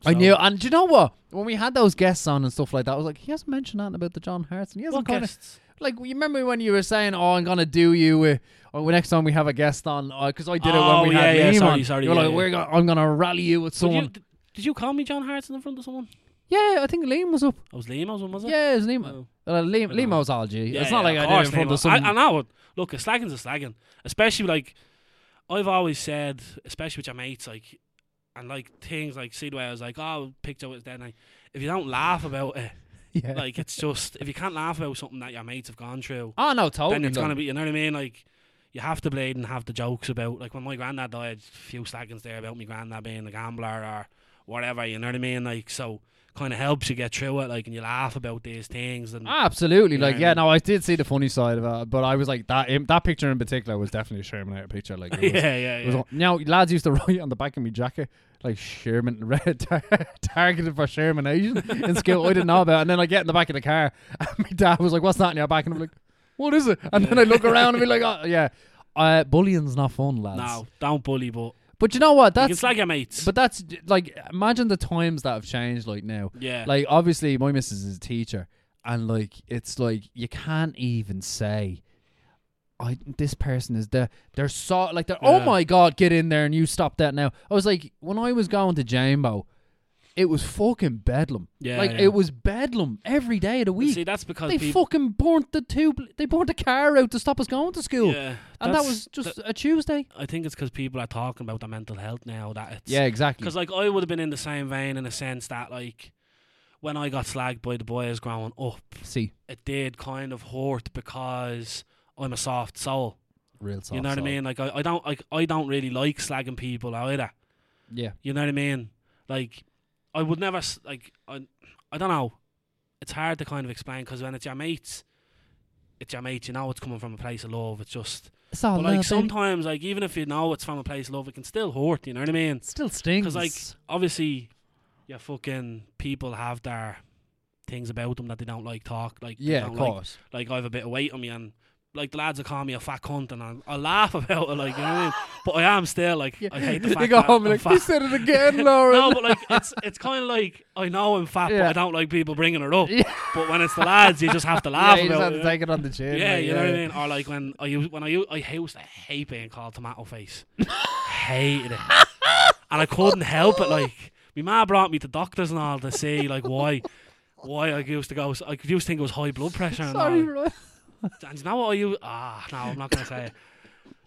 A: I
B: so-
A: knew. And do you know what? When we had those guests on and stuff like that, I was like, He hasn't mentioned nothing about the John Harrison. He hasn't
B: What
A: kinda-
B: guests?
A: Like, you remember when you were saying, Oh, I'm gonna do you. Uh, Oh, next time we have a guest on, because I did it
B: Oh,
A: when we
B: yeah,
A: had
B: yeah,
A: Liam
B: sorry,
A: on.
B: sorry,
A: you were
B: yeah,
A: like,
B: yeah.
A: We're gonna, I'm gonna rally you with
B: Did
A: someone.
B: you, did, did you call me John Hartson in front of someone?
A: yeah, I think Liam was up.
B: I was Liam. I was one, was it?
A: Yeah, it's Liam.
B: Oh.
A: Uh, Lim-
B: know.
A: Limo's algae.
B: Yeah,
A: it's not
B: yeah,
A: like
B: of
A: I did
B: course
A: it from
B: Liam
A: the
B: was-
A: sun.
B: I, I know. Look, a slagging's a slagging, especially like I've always said, especially with your mates, like, and like things like see the way I was like, oh, picture was then. Like, if you don't laugh
A: (laughs)
B: about it,
A: (laughs) Yeah.
B: like it's just if you can't laugh about something that your mates have gone through,
A: oh no, totally.
B: then it's
A: like-
B: gonna be. You know what I mean? Like you have to blade and have the jokes about. Like when my granddad died, a few seconds there about my granddad being a gambler or whatever. You know what I mean? Like so, kind of helps you get through it. Like and you laugh about these things
A: Ah,
B: and.
A: (laughs) Absolutely,
B: You know
A: like
B: what I
A: yeah.
B: mean?
A: No, I did see the funny side of that, but I was like that. im- That picture in particular was definitely a Sherman picture. Like,
B: (laughs)
A: it was,
B: (laughs) yeah, yeah,
A: it
B: yeah.
A: was on- now lads used to (laughs) write on the back of my jacket like Sherman (laughs) red tar- targeted for Shermanation in school. I didn't know about, it. and then I get in the back of the car, (laughs) and my dad was like, "What's that in your back?" And I'm like, "What is it?" And then I look around and be like, "Oh yeah." Uh, bullying's not fun, lads.
B: No, don't bully, but
A: But you know what?
B: you
A: That's
B: can slag your mates.
A: but that's like imagine the times that have changed. Like now,
B: yeah,
A: like obviously my missus is a teacher and like it's like you can't even say I this person is the they're so like they're oh
B: Yeah.
A: my god get in there and you stop that now. I was like when I was going to Jambo it was fucking bedlam.
B: yeah,
A: like
B: yeah.
A: it was bedlam every day of the week.
B: See, that's because
A: they
B: people.
A: fucking burnt the two they burnt the car out to stop us going to school.
B: yeah,
A: and that
B: that's-
A: was just
B: that-
A: a Tuesday.
B: I think it's because people are talking about their mental health now. That it's
A: exactly.
B: Because like I would have been in the same vein in a sense that like when I got slagged by the boys growing up,
A: See,
B: it did kind of hurt because I'm a soft soul.
A: real soft.
B: you know what
A: soul.
B: I mean? Like I, I don't like I don't really like slagging people either.
A: Yeah.
B: You know what I mean? Like I would never s- like I, I don't know. It's hard to kind of explain because when it's your mates, it's your mates. You know it's coming from a place of love. It's just
A: It's all
B: but like
A: Oh, love, baby.
B: sometimes like even if you know it's from a place of love, it can still hurt. You know what I mean?
A: It still stings.
B: Because like obviously, your fucking people have their things about them that they don't like talk. Like they
A: yeah, of
B: don't like-
A: course.
B: Like, I have a bit of weight on me, and like the lads will call me a fat cunt, and I'll, I'll laugh (laughs) about it. Like you know what I mean? But I am still like
A: (laughs)
B: I hate the fact
A: you go
B: that
A: home
B: I'm
A: and like,
B: fat.
A: you said it again, Lauren.
B: (laughs) No, but like it's it's kind of like I know I'm fat,
A: Yeah.
B: but I don't like people bringing it up.
A: (laughs) Yeah.
B: But when it's the lads, you just have
A: (laughs)
B: to
A: yeah,
B: laugh
A: you just
B: about
A: have to
B: it.
A: take it on the chin.
B: Yeah,
A: like,
B: you know what I mean. Or like when I used when I u- I used to hate being called tomato face, hated it, and I couldn't help it. Like my ma brought me to doctors and all to see like why why I used to go. I used to think it was high blood pressure. And
A: Sorry,
B: all.
A: bro.
B: And you know what I use? Ah, no, I'm not gonna say it.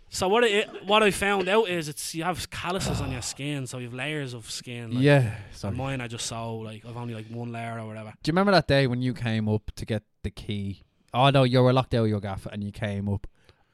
B: So what it, what I found out is it's you have calluses on your skin, so you have layers of skin. Like,
A: yeah,
B: and
A: sorry.
B: Mine are just so like I've only like one layer or whatever.
A: Do you remember that day when you came up to get the key? Oh no, you were locked out of your gaff, and you came up,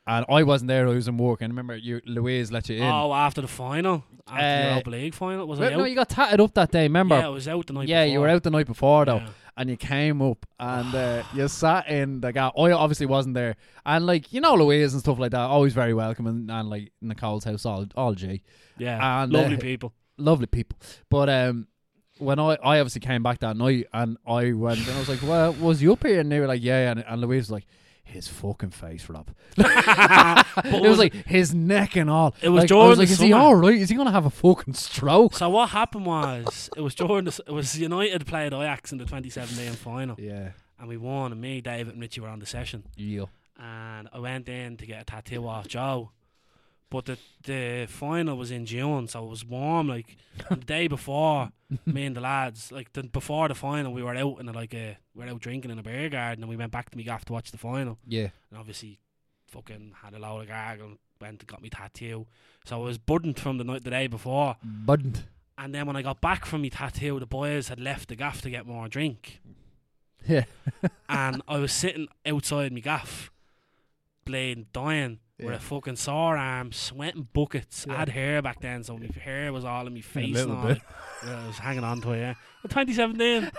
A: and I wasn't there. I was in work, and remember, you Louise let you in.
B: Oh, after the final, after
A: Uh,
B: the Europa League final, was
A: Well,
B: I out?
A: no, you got tatted up that day. Remember?
B: Yeah, I was out the night.
A: Yeah, you were
B: before.
A: out the night before though,
B: Yeah.
A: and you came up and (sighs) uh, you sat in the guy. I obviously wasn't there, and like you know Louise and stuff like that, always very welcome, and, and like Nicole's house, all all G.
B: Yeah,
A: And,
B: lovely
A: uh, (laughs)
B: people. (laughs)
A: lovely people. But um, when I, I obviously came back that night and I went and I was like, "Well, was you up here?" And they were like, "Yeah." And, and Louise was like, "His fucking face,
B: (laughs)
A: Rob." it was,
B: was-
A: like his neck and all.
B: It was
A: like, I
B: during
A: was like,
B: the
A: "Is he
B: summer."
A: all right? Is he gonna have a fucking
B: (laughs)
A: stroke?"
B: So what happened was it was during the, s- it was United played Ajax in the 2017 final,
A: Yeah,
B: and we won. And me, David, and Richie were on the session,
A: yeah.
B: and I went in to get a tattoo off Joe. But the the final was in June, so it was warm. Like and the day before, me and the lads, like the, before the final, we were out in like a we were out drinking in a beer garden, and we went back to me gaff to watch the final.
A: Yeah,
B: and obviously fucking had a load of gag and went and got me tattoo. So I was burdened from the night the day before.
A: but
B: And then when I got back from my tattoo, the boys had left the gaff to get more drink.
A: (laughs) Yeah.
B: and I was sitting outside my gaff, bleeding, dying, with
A: Yeah.
B: a fucking sore arm, sweating buckets. I
A: Yeah.
B: had hair back then, so my hair was all in my face.
A: little
B: and all.
A: bit.
B: Yeah, I was hanging on to it, yeah.
A: (laughs)
B: But 2017,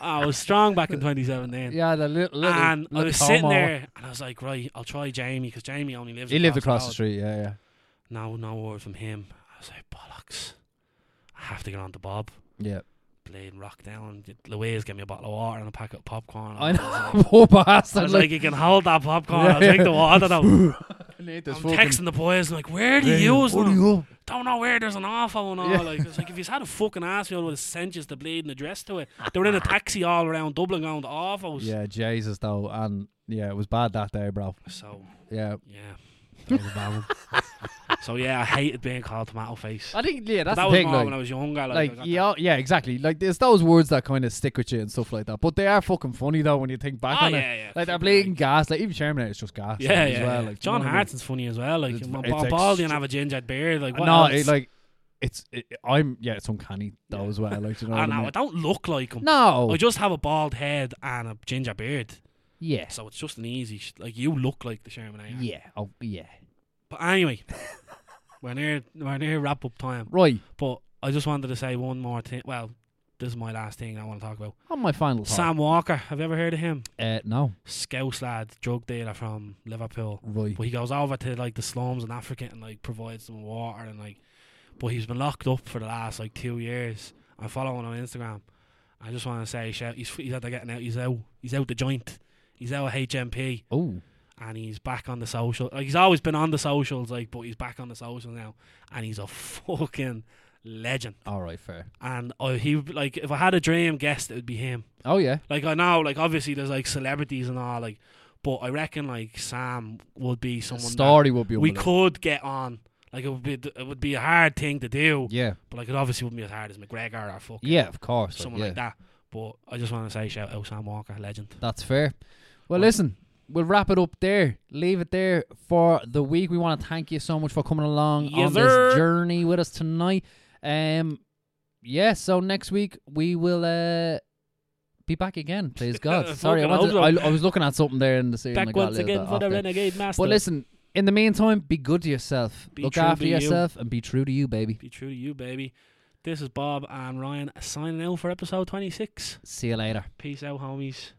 B: I was strong back in 2017.
A: yeah, the little, little
B: And I
A: little
B: was sitting
A: Tomo.
B: there, and I was like, right, I'll try Jamie because Jamie only lives.
A: He lived across the street. Yeah, yeah,
B: No, no word from him. I was like, bollocks. I have to get on to Bob.
A: yeah.
B: Playing rock down. Louise gave me a bottle of water and a packet of popcorn.
A: I
B: was
A: know, (laughs)
B: like-
A: poor
B: (laughs) I
A: bastard.
B: was
A: Like,
B: like, you can hold that popcorn. I'll
A: Yeah, (laughs)
B: drink the water. Though. I'm
A: I need this fucking-
B: texting the boys. I'm like, where do
A: Yeah,
B: you use
A: what do
B: them?
A: you-
B: Don't know where there's an awful one.
A: Yeah.
B: Yeah. Like, it's like if you had a fucking ass, you would have sent you the bleeding address to it. They
A: (laughs)
B: were in a taxi all around Dublin going to awfuls.
A: Yeah, Jesus though, and yeah, it was bad that day, bro.
B: So,
A: Yeah,
B: yeah. That was a bad one. so, yeah, I hated being called tomato face.
A: (laughs) I think yeah, that's
B: that
A: the
B: was
A: thing.
B: more
A: Like,
B: when I was younger. Like, I
A: like
B: got
A: yeah, yeah, exactly. Like it's those words that kind of stick with you and stuff like that. But they are fucking funny though when you think
B: that.
A: back
B: Oh,
A: on it.
B: yeah, yeah.
A: Like they're
B: fucking
A: bleeding gas. Like even Sherman is just gas.
B: Yeah,
A: as
B: yeah.
A: well.
B: yeah.
A: Like do you
B: John
A: know what I mean?
B: Hartson's funny as well. Like,
A: It's-
B: I'm
A: it's
B: baldy and
A: extra-
B: have a ginger beard. Like, what
A: no,
B: else?
A: it, like it's it, I'm yeah, it's uncanny though as well. Like
B: (laughs)
A: do you know,
B: I
A: what I
B: know, I
A: mean?
B: don't look like him.
A: no,
B: I just have a bald head and a ginger beard.
A: yeah,
B: So it's just an easy. Sh- like, you look like the Shermanator.
A: yeah, oh yeah,
B: But anyway, (laughs) we're near, we're near wrap up time.
A: right.
B: But I just wanted to say one more thing. Well, this is my last thing I want to talk about.
A: On my final thought,
B: Sam Walker. Have you ever heard of him?
A: uh, no,
B: Scouse lad, drug dealer from Liverpool.
A: right,
B: But he goes over to like the slums in Africa and like provides them water and like. But he's been locked up for the last like two years. I'm following him on Instagram. I just want to say, shout, he's he's out there getting out. He's out. He's out the joint. He's out of HMP
A: oh,
B: and he's back on the social. Like he's always been on the socials, like, but he's back on the socials now, and he's a fucking legend.
A: all right, fair.
B: And I, he like, if I had a dream guest, it would be him.
A: Oh yeah,
B: Like I know, like obviously there's like celebrities and all, like, but I reckon like Sam would be someone that
A: story would be
B: we
A: unbelievable.
B: could get on. Like it would be, it would be a hard thing to do,
A: yeah,
B: but like it obviously wouldn't be as hard as McGregor or fucking
A: yeah, of course, like,
B: someone
A: yeah.
B: like that. But I just want to say shout out Sam Walker, legend.
A: That's fair. Well,
B: Well-
A: listen, we'll wrap it up there. Leave it there for the week. We want to thank you so much for coming along
B: Yes,
A: on
B: sir.
A: this journey with us tonight. Um, yeah. So next week we will uh be back again.
B: (laughs)
A: Please God. Sorry, I,
B: Fucking
A: wanted,
B: hope so.
A: I, I was looking at something there in the series. and I
B: Back
A: got a
B: once
A: little
B: again
A: bit
B: for
A: off
B: the
A: there.
B: Renegade Master.
A: But listen, in the meantime, be good to yourself.
B: Be
A: Look
B: true
A: after
B: to you.
A: yourself and be true to you, baby.
B: Be true to you, baby. This is Bob and Ryan signing out for episode 26.
A: See you later.
B: Peace out, homies.